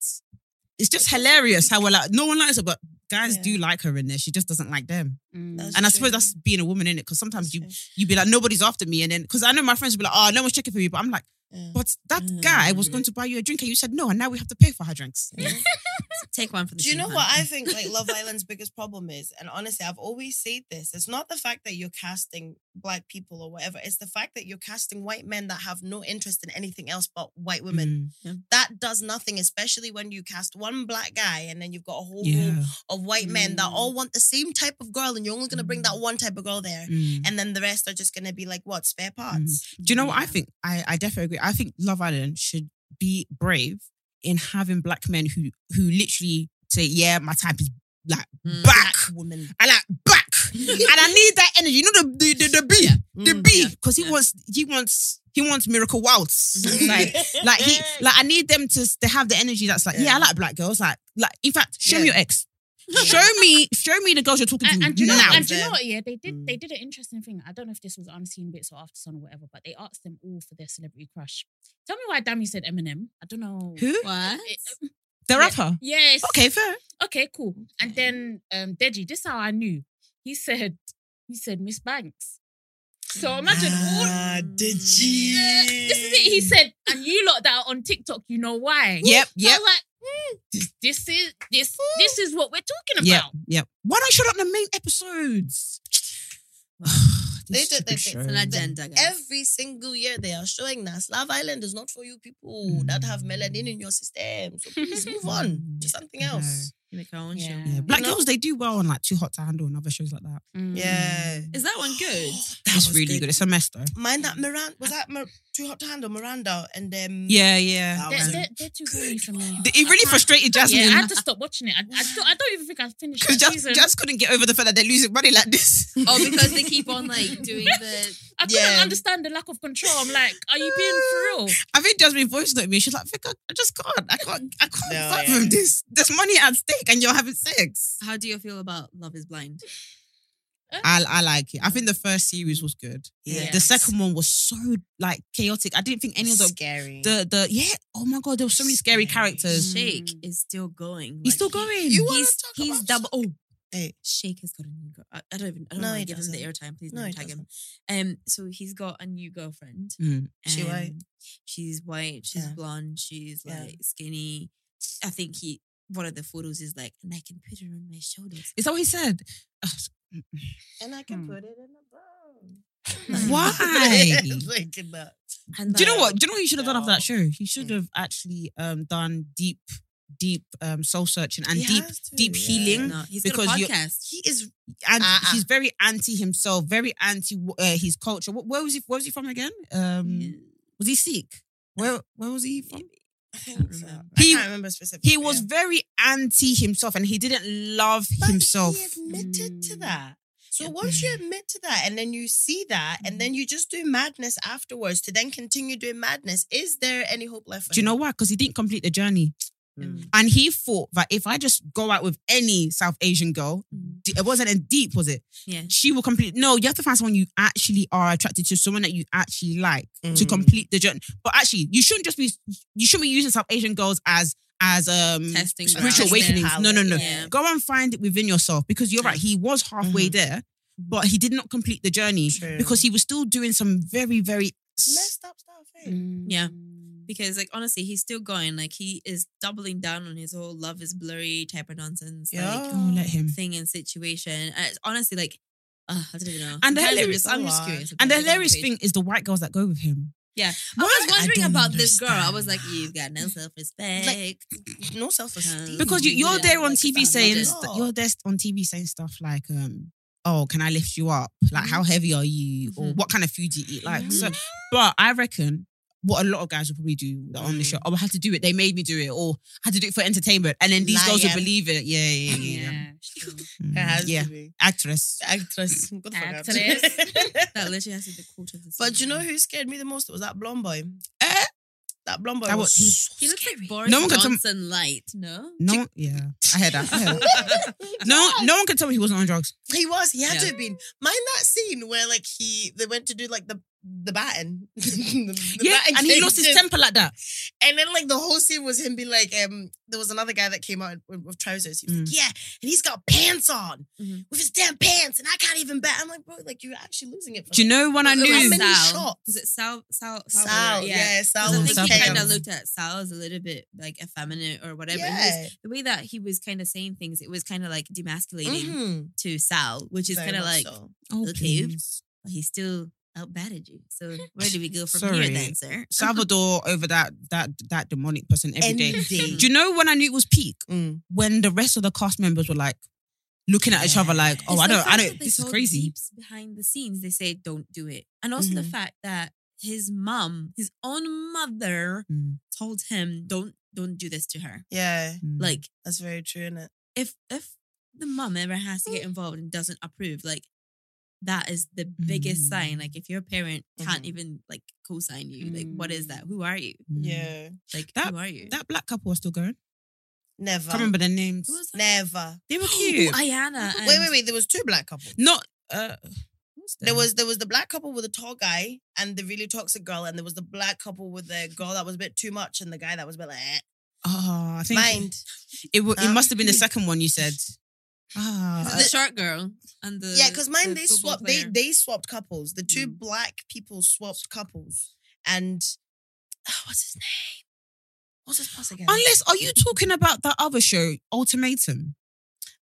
it's just hilarious how we're like, no one likes her, but guys
Yeah.
do like her in there. She just doesn't like them.
Mm.
That's
and I
true.
suppose that's being a woman in it because sometimes you
true.
you be like, nobody's after me, and then because I know my friends will be like, oh, no one's checking for you, but I'm like,
Yeah.
but that guy
Mm.
was going to buy you a drink and you said no, and now we have to pay for her drinks.
Take one for the
Do you
team,
know
hun.
what I think like Love Island's biggest problem is? And honestly, I've always said this. It's not the fact that you're casting black people or whatever. It's the fact that you're casting white men that have no interest in anything else but white women.
Mm.
That does nothing, especially when you cast one black guy and then you've got a whole room
Yeah.
of white men that
Mm.
all want the same type of girl and you're only going to bring that one type of girl there.
Mm.
And then the rest are just going to be like, what, spare parts?
Do you know what I
Yeah.
think? I, I definitely agree. I think Love Island should be brave in having black men who who literally say, yeah, my type is like
Mm.
back.
Woman.
I like back, and I need that energy. You know the the the, the B, the
Mm,
B,
Mm-hmm. yeah,
because
yeah.
he wants he wants he wants miracle wilds. like like he like I need them to to have the energy that's like yeah, I like black girls. Like like in fact, show me
Yeah.
your ex. Show me show me the girls you're talking
And,
to
and do you know,
now.
and do you know
Now.
what? Yeah, they did.
Mm.
They did an interesting thing. I don't know if this was unseen bits or after sun or whatever, but they asked them all for their celebrity crush. Tell me why Dammy said Eminem. I don't know.
Who
What?
It- um,
the
yeah.
rapper?
yes.
Okay, fair.
Okay, cool. And then um Deji, this is how I knew. He said, he said Miss Banks. So imagine all
Mm.
did
Yeah, this is it. He said, and you lot that are on TikTok, you know why.
Yep,
So I
yep,
was like, mm, this is this this is what we're talking
yep,
about.
yep. Why don't you show up in the main episodes?
They
This
did- they
stupid
did-
show.
It's an agenda, guys.
Every single year they are showing us Love Island is not for you people that have melanin in your system. So please move on to something
I know.
else.
You make our own show.
Yeah.
Yeah, black
know?
girls they do well on like Too Hot to Handle and other shows like that.
Mm.
Mm-hmm. Is that one good?
That was
it's
Mm.
really good. It's a mess though.
Mind that Miranda was that Mir- too hot to handle Miranda and um
Yeah, yeah.
That
They're,
was
they're, they're too horny for me.
It really frustrated Jasmine
Yeah, I had to stop watching it. I, I, don't, I don't even think I finished
because
that
Jas
season.
Jas couldn't get over the fact that they're losing money like this.
Oh, because they keep on like doing the.
I couldn't
yeah.
understand the lack of control. I'm like, are you being for real?
I think Jasmine voice noted me. She's like, Vic, I I just can't. I can't. I can't
No,
fathom
yeah.
this. There's money at stake, and you're having sex.
How do you feel about Love Is Blind?
I, I like it. I think the first series was good.
Yeah.
The second one was so like chaotic. I didn't think any of the
scary.
the the yeah. Oh my god, there were so many scary characters.
Shake is still going.
Mm. He's still
Like, he-
going.
Mm-hmm. You wanna
He's,
talk
he's
about
double. Oh,
Hey.
Shake has got a new girl. I, I don't even. I don't
No,
want
he
to give him the airtime. Please
No,
don't
he
tag him. Um. So he's got a new girlfriend. um,
Mm.
She white?
She's white. She's
Yeah.
blonde. She's
Yeah.
like skinny. I think he. One of the photos is like, and I can put her on my shoulders.
Is that what he said?
and I can
Hmm.
put it in the
Mm.
bone.
Why?
Thinking that.
And
Do you know
like-
what? Do you know what you should have done after that
No. Mm.
show? He should have actually um done deep, deep um soul searching and
He
deep.
has to,
deep
yeah.
healing.
No, he's
Because
got a
you-
podcast.
He is, and
Uh-uh.
he's very anti himself, very anti uh, his culture. Wh- Where was he? Where was he from again? Um, was he Sikh? Where Where was he from?
I think so.
He-
I can't remember specifically.
He was very anti himself, and he didn't love
But
himself.
He admitted to
Mm.
that. So once you admit to that, and then you see that, and then you just do madness afterwards to then continue doing madness, is there any hope left? For
Do you
him?
know why? Because he didn't complete the journey,
Mm.
and he thought that if I just go out with any South Asian girl,
Mm.
d- it wasn't a deep, was it?
Yeah.
She will complete. No, you have to find someone you actually are attracted to, someone that you actually like to
Mm.
complete the journey. But actually, you shouldn't just be. You shouldn't be using South Asian girls as as um
Testing
spiritual
grounds.
awakenings. No, no, no.
Yeah.
Go and find it within yourself because you're right. He was halfway
Mm-hmm.
Mhm.
there, but he did not complete the journey
True.
because he was still doing some very very.
Messed up stuff. eh?
Yeah. Because like honestly, he's still going. Like he is doubling down on his whole love is blurry type of nonsense
Yeah.
Oh, let him.
like thing and situation. And it's honestly like uh, I don't even know.
And the
Sometimes I'm
hilarious-
just- I'm just
Oh,
curious.
And the
about it.
hilarious thing is the white girls that go with him.
Yeah.
Why?
I was wondering
don't
about this girl. I
understand.
was like, you've got no self respect.
No self esteem.
Um,
because you,
you
you're
wouldn't
there
have,
on
like,
TV
found
saying
it.
st- you're there on TV saying stuff like um oh, can I lift you up? Like,
Mm-hmm.
how heavy are you? Or what kind of food do you eat? Like, so, but I reckon what a lot of guys will probably do that on the
Mm.
show. Oh, I had to do it. They made me do it, or I had to do it for entertainment. And then these girls will
Lion.
believe it. Yeah, yeah, yeah. yeah.
It has
Mm, Yeah.
to be.
Actress.
Actress. Go the fuck out.
Actress.
That literally has to be the quarter of the
but do you
season.
know who scared me the most? It was that blonde boy.
Eh?
That blonde boy
That
was,
was- he was
so
He looks like Boris
No one can tell me-
Johnson light, no?
No, yeah, I heard that. I heard that. no, no one could tell me he wasn't on drugs.
He was. He had
Yeah.
to have been. Mind that scene where like he they went to do like the the batting. The- the
yeah,
batting
and he
thing.
lost his temper like that.
And then like the whole scene was him being like, um, there was another guy that came out with, with trousers. He was like, yeah, and he's got pants on
Mhm.
with his damn pants, and I can't even bat. I'm like, bro, like you're actually losing it. For
Do you
like,
know when
How
I knew?
many
Oh, Sal.
shots?
Was it Sal? Sal? Sal,
Sal, yeah, Sal
'Cause I
was
think he
Sal
kind of
Perez.
looked at Sal as a little bit like effeminate or whatever. And he was-
Yeah.
the way that he was kind of saying things, it was kind of like demasculating
Mm-hmm.
Mhm.
to Sal, which is
Very
kind of
much
like
so.
Oh,
Okay.
please.
well, he still outbatted you. So where do we go from
Sorry.
here, then, sir?
Salvador over that that that demonic person every
Any
day.
day.
Do you know when I knew it was peak?
Mm.
When the rest of the cast members were like looking at each other like, oh,
It's
I
the
don't, I
fact that
don't.
they
This is
told
crazy. Mm-hmm.
Deeps behind the scenes, they say don't do it, and also the fact that his mom, his own mother,
Mm,
told him don't don't do this to her.
Yeah,
mm.
Like
that's very true, isn't it?
if if the mum ever has to get
Mm.
involved and doesn't approve, like that is the biggest
Mm.
sign. Like if your parent can't
Mhm.
even like co-sign you, like what is that? Who are you?
Mm.
Yeah,
Like
That-
who are you?
that black couple was still going.
never.
Can't remember their names.
who was that?
Never.
They were
Oh,
cute.
Ayana. and-
Wait, wait, wait. There was two black couples.
Not. Uh, what's
There
that?
was there was the black couple with the tall guy and the really toxic girl, and there was the black couple with the girl that was a bit too much and the guy that was a bit like eh.
Oh, I think
mind.
it. wa- It
Huh?
must have been the second one you said.
Is
Ah,
it the short girl and the
yeah, because mine
the
they
football
swapped they
player?
they swapped couples. The two
Mm.
black people swapped couples, and oh, what's his name? What's his boss again?
unless are you talking about that other show, Ultimatum?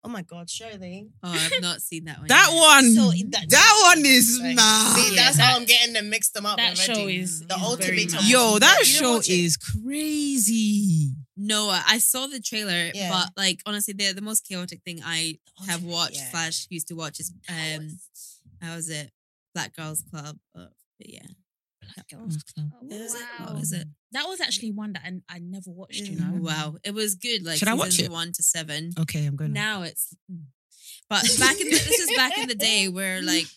oh my god, Shirley.
Oh, I've not seen that one.
That
yet.
one.
So that-
Mm-hmm. that one is
Like,
mad.
See,
Yeah,
that's how I'm
that's-
getting them mixed them up.
that
already.
show is
the
is very
ultimatum.
mad.
Yo, that
You didn't
show
watch it?
is crazy.
No, I I saw the trailer,
Yeah.
but like honestly, the the most chaotic thing I have
Ultimate,
watched
yeah.
slash used to watch is um, how was it Black Girls Club? Uh, but yeah, Oh,
was it?
what
Wow.
was it?
That was actually one that I, I never watched, you
Yeah.
know.
Wow, it was good. Like
Should I watch
seasons
it? Oh,
One to seven.
Okay, I'm going.
Now it's, mm. but back in the, this is back in the day where like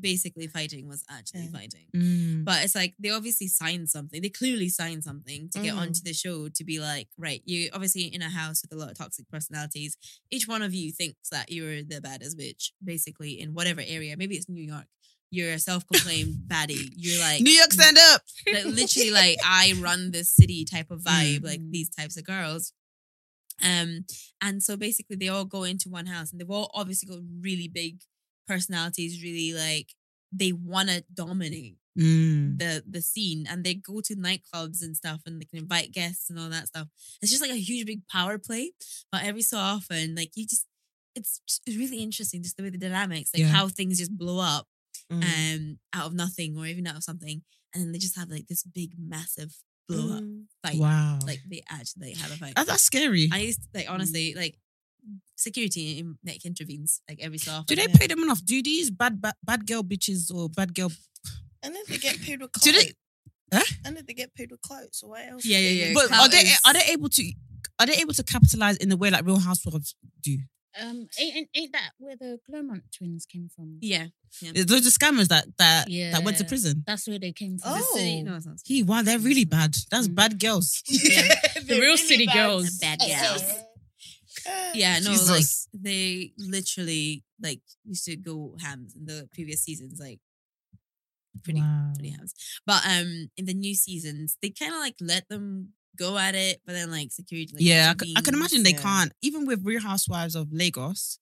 basically fighting was actually
Yeah.
fighting.
Mm.
But it's like they obviously signed something. They clearly signed something to
Mm.
get
Mhm.
onto the show to be like, right, you obviously in a house with a lot of toxic personalities. Each one of you thinks that you're the baddest bitch, basically in whatever area. Maybe it's New York. You're a self-proclaimed baddie. You're like
New York, stand up.
like literally like I run this city type of vibe, like
Mm.
these types of girls. Um, and so basically they all go into one house and they've all obviously got really big personalities, really like they wanna dominate
Mm.
the the scene and they go to nightclubs and stuff and they can invite guests and all that stuff. It's just like a huge big power play. But every so often, like you just it's just it's really interesting just the way the dynamics, like
Yeah.
how things just blow up
Mm.
um out of nothing or even out of something. And then they just have like this big massive blow up fight.
Mm. Wow,
Like they actually have a fight.
That- that's scary.
I used
Mm.
like honestly, like security in, like intervenes like every so often.
Do they pay them enough? Do these bad, bad bad girl bitches or bad girl?
And then they get paid with
Do
clothes.
they- Huh?
And then they get paid with clothes. So what else?
Yeah,
do
yeah,
they
yeah.
need?
But
clout
are they
is-
are they able to? Are they able to capitalize in the way like Real Housewives do?
Um, ain't, ain't- ain't that where the Claremont twins came from?
Yeah.
Those are scammers that that that went to
Yeah.
prison.
That's where they came from.
Oh.
The city- no, it's not.
He wow, they're really bad. That's
Mm.
bad girls.
They're
real city girls.
Bad
Yeah.
girls. Yeah, no,
Jesus.
like they literally like used to go hams in the previous seasons, like pretty
Wow.
pretty hams. But um, in the new seasons, they kind of like let them go at it, but then like security. Like,
yeah, I c- I, can
intervenes.
imagine they
yeah.
can't. Even with Real Housewives of Lagos,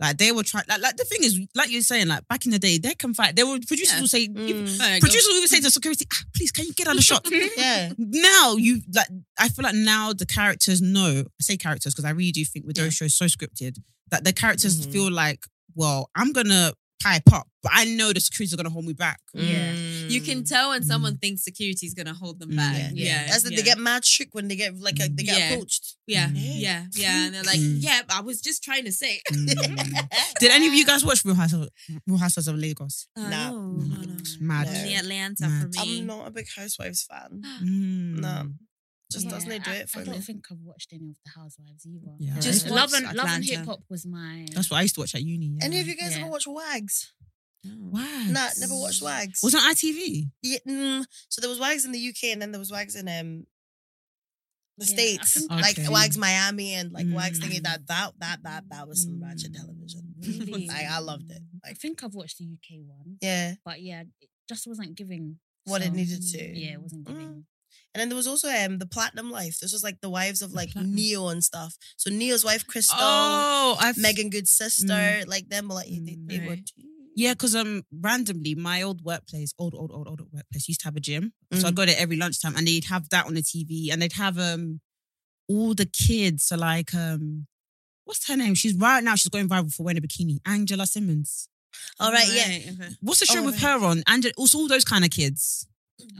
like they were trying. Like, like the thing is, like you're saying, like back in the day, they can fight. They were producers
Yeah.
will say,
Mm.
even-
Alright, go.
producers will even say to security, ah, "Please, can you get out of shot?"
Yeah.
now you like. I feel like now the characters know. I say characters because I really do think with
Yeah.
those shows so scripted that the characters
Mhm.
feel like, well, I'm gonna pipe up, but I know the security's are gonna hold me back.
Yeah.
You can tell when
Mm.
someone thinks security is going to hold them back.
Yeah.
Yeah.
That's that
yeah.
they get mad shook when they get like a, they get
Yeah.
approached.
Yeah, yeah, yeah. And they're like,
Mm.
yeah, I was just trying to say.
Did any of you guys watch Real Housewives, Real Housewives of Lagos?
Oh,
Nah.
no, no, no.
It's Mm. mad.
No.
Only Atlanta
Mad.
for me.
I'm not a big Housewives fan.
Mm.
No. Just
Yeah,
doesn't it do
I,
it for
I
me.
don't think I've watched any of the Housewives either.
Yeah.
Just
love and
watch
love and
Atlanta.
hip hop was my.
That's what I used to watch at uni. Mm, Yeah.
Any of you guys
Yeah.
ever watch Wags?
Why?
Nah, never watched Wags.
Was it on ITV?
Yeah, mm, so there was Wags in the UK, and then there was Wags in um the
Yeah, I
states,
think-
like
Okay.
Wags Miami and like Wags thingy.
Mm.
That that that that that was some ratchet television.
Really?
like I loved it.
I
Like
think I've watched the UK one,
yeah,
but yeah, it just wasn't giving
what it
so-
needed to.
Yeah, it wasn't
Mm.
giving.
And then there was also um the Platinum Life. This was like the wives of like
Platinum.
Neo and stuff. So Neo's wife Crystal,
Oh, I've
Megan Good sister,
Mm.
like them were like they, they were.
Right.
Yeah, because um, randomly, my old workplace, old, old, old, old workplace, used to have a gym.
Mm.
So I'd go there every lunchtime, and they'd have that on the TV, and they'd have um, all the kids. So like um, what's her name? She's right now. She's going viral for wearing a bikini. Angela Simmons.
All right, yeah.
okay.
What's the show
Oh,
with
right.
her on? And also all those kind of kids.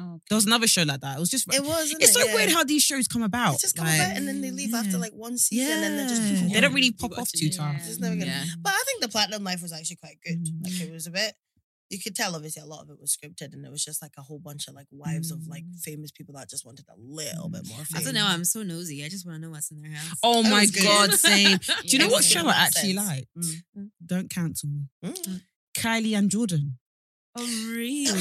Oh,
There was another show like that. It was just.
It wasn't.
it's so
yeah.
weird how these shows come about.
It's just come
like-
back and then they leave after
Yeah.
like one season
Yeah,
and then they're just
they don't really
You
pop
got
off
to
too
do-
tough.
It's never gonna-
Yeah.
But I think the Platinum Life was actually quite good.
Mm.
Like it was a bit. You could tell obviously a lot of it was scripted, and it was just like a whole bunch of like wives of like
Mm.
famous people that just wanted a little bit more. Fame.
I don't know. I'm so nosy. I just want to know what's in their house.
Oh
That
my
was good.
god, same. Do you know
Yeah,
what
same.
show I
Makes
actually
sense.
liked?
Mm.
Don't cancel me.
Mm.
Kylie and Jordan.
Oh,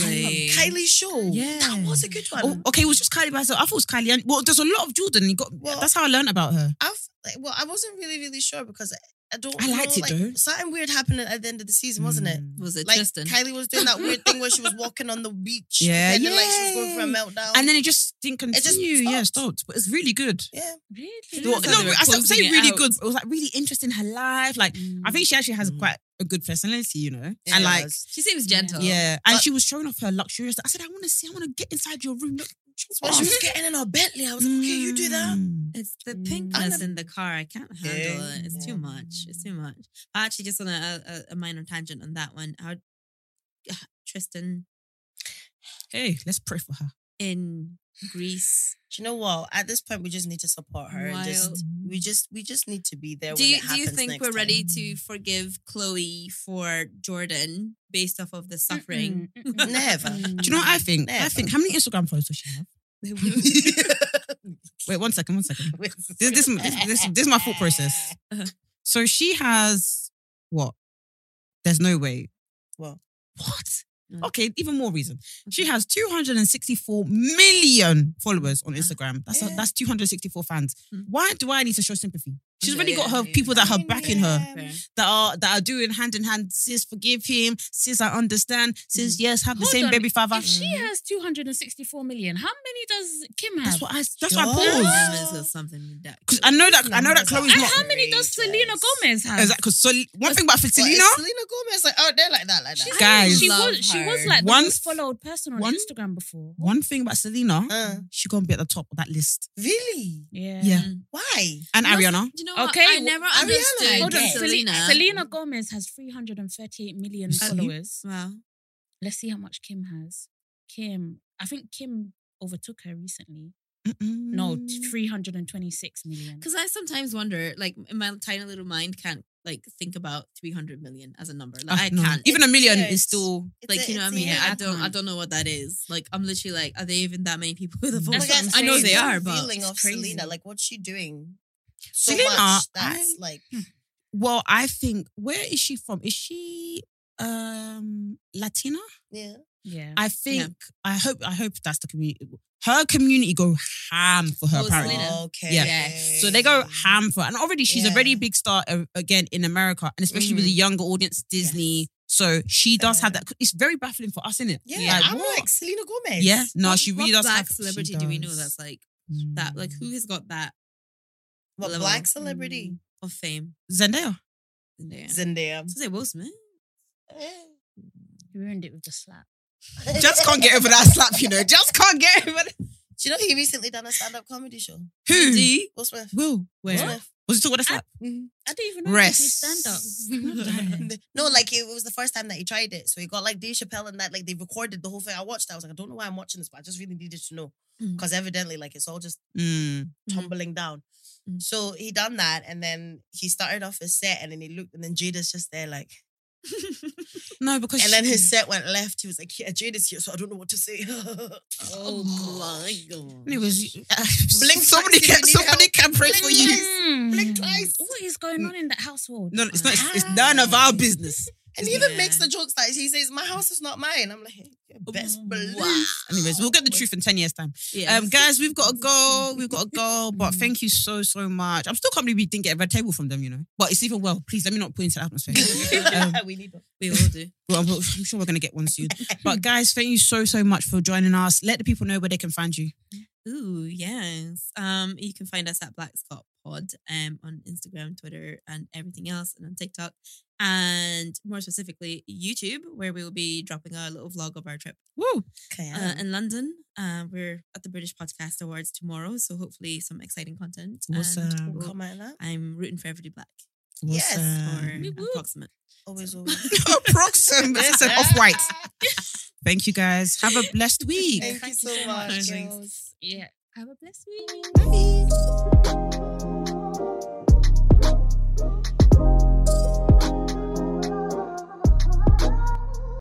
Kylie Shaw.
Yeah.
that was a good one.
Oh, okay, it was just Kylie by herself. I thought it was Kylie. And, well, there's a lot of Jordan. You got,
Well-
that's how I learned about her.
I've like, well, I wasn't really really sure because I- I don't.
I liked
know,
it,
like,
though.
Something weird happened at the end of the season, wasn't it?
Mm.
Was it
Like
Tristan?
Kylie was doing that weird thing where she was walking on the beach.
Yeah.
and then like she was going for a
Yay.
meltdown.
And then it just didn't continue.
It just
yeah,
stopped.
stopped. But it's really good.
yeah,
really?
No,
like they
no,
were
I stopped
closing
saying
it
really
out.
good. It was like really interesting her life. Like I think she actually has
Mm.
quite a good personality, you know.
Yeah,
and like,
it was-
She seems gentle.
yeah, and
But-
she was showing off her luxurious. I said, I want to see. I want to get inside your room. Look, show
when she
off."
was getting in her Bentley, Oh, I was like, okay, you do that.
Mm.
It's the
Mm.
I'm
pinkness
a-
in the car. I can't handle
Yeah.
it. It's
Yeah.
too much. It's too much. I actually just on a, a, a minor tangent on that one. How Tristan
Hey, let's pray for her.
in Greece.
Do you know what? At this point, we just need to support her and just we just we just need to be there.
Do
when
you
it
do you
happens
think
next
we're
time.
ready to forgive Chloe for Jordan based off of the suffering?
Never.
Do you know what I think? I
Never.
think how many Instagram followers does she have? Wait, one second, one second. This this this this, this is my thought process. So she has what? There's no way.
Well,
What?
Mm.
Okay, even more reason. She has 264 million followers on
Yeah.
Instagram. That's
Yeah.
that's 264 fans.
Hmm.
Mm.
Why do I need to show sympathy? She's
Yeah,
already got
yeah,
her
yeah.
people that
I
are
mean,
backing her,
yeah.
that are that are doing hand in hand. Sis, forgive him. Sis, I understand. Sis, yes, have the
Mm. Hold
same
on.
baby father.
If she has 264 million, how many does Kim have?
That's what I. That's
Sure.
what I
Those
paused.
numbers are something
Because
ridiculous.
I know that I know that
Numbers are
Chloe's
and
not.
how many does Selena Gomez have?
Exactly. Because so, one thing about
What, is
Selena,
Selena Gomez like oh they're like that like that.
She's-
Guys.
she
Love
was she was
her.
like the
One-
most followed person on
one-
Instagram before.
one thing about Selena,
Uh.
she gonna be at the top of that list.
really?
Yeah.
Yeah.
Why?
And
Must-
Ariana,
Do you know what?
Okay,
I
well,
never
Ariana,
understood
Hold on,
Yeah.
Selena.
Selena.
Selena Gomez has 338 million
You see?
followers.
Wow.
Let's see how much Kim has. Kim, I think Kim overtook her recently. No, 326
Mm.
million.
Because I sometimes wonder, like in my tiny little mind can't like think about 300 million as a number. Like I
Oh, no.
can't.
Even a million
Yes.
is still.
It's
like
a-
you know what I
it's a-
mean?
yeah,
I
I
don't I
can't.
don't know what that is. Like I'm literally like, are they even that many people with a
Mm.
That's
Oh
phone?
my
what
God,
I'm
I know
saying.
they
it's
are,
so
but
revealing of
crazy.
Selena, like what's she doing? So
Selena,
much that's
I-
like
Well, I think where is she from? Is she um Latina?
yeah.
yeah.
I think. I hope. I hope that's the community. Her community go ham for her.
Oh,
apparently,
Selena.
Okay.
Yeah. so they go ham for. And already she's
Yeah.
a very big star uh, again in America, and especially with
Mhm.
the younger audience, Disney. So she does
Yeah.
have that. It's very baffling for us, isn't it?
Yeah,
Like,
I'm
what?
like Selena Gomez.
Yeah, no, she
what
really does.
black
have,
celebrity
she
do we know
does.
that's like that? Like
Mm.
Mm.
who has got that
What
level mm,
black celebrity?
of fame?
Zendaya.
In there?
Zendaya.
So say Will Smith.
You ruined it with the slap.
Just can't get over that slap, you know. Just can't get over. That.
Do you know he recently done a stand up comedy show?
Who?
D.
Will Smith.
Will. Where?
Will Smith.
Was it talking about slap? Mm-hmm.
I don't even know
Rest.
stand up.
no, like it was the first time that he tried it. So he got like Dave Chappelle and that, like they recorded the whole thing. I watched. it. I was like, I don't know why I'm watching this, but I just really needed to know
Mm.
because evidently, like it's all just
Mm.
tumbling down.
Mm.
So he done that, and then he started off his set, and then he looked, and then Jada's just there, like,
No, because
and then
she-
his set went left. He was like, "Yeah, Jada's here, so I don't know what to say."
Oh
my
It was
Blink
Somebody
twice if
can
you need
somebody
help.
can pray
Blink
for you.
twice.
Mm.
Blink twice.
What is going on in that household?
Mm. No, it's not. It's, it's
Ah.
none of our business.
And he even makes the jokes that he says, "My house is not mine." I'm like, "You
Oh
best believe."
Anyways, we'll get the truth in ten years' time.
Yeah.
Um, guys, we've got to go. We've got to go. But thank you so so much. I'm still can't believe we didn't get a red table from them. You know, but it's even well. Please let me not put into the atmosphere. um,
we need them.
we all do.
well, I'm, I'm sure we're gonna get one soon. But guys, thank you so so much for joining us. Let the people know where they can find you.
Ooh, yes. Um, you can find us at Black Scott Pod um, on Instagram, Twitter, and everything else, and on TikTok, and more specifically YouTube, where we will be dropping a little vlog of our trip
Woo!
Okay,
uh, in London. Uh, we're at the British Podcast Awards tomorrow, so hopefully some exciting content. and
Awesome.
we'll-
come at that.
I'm rooting for everybody black
Yes.
Awesome.
or
woo.
approximate.
Always, always.
Approximate. It's an off white. Thank you guys. Have a blessed week.
Thank you so much, girls.
Yeah. Have a blessed week.
Bye.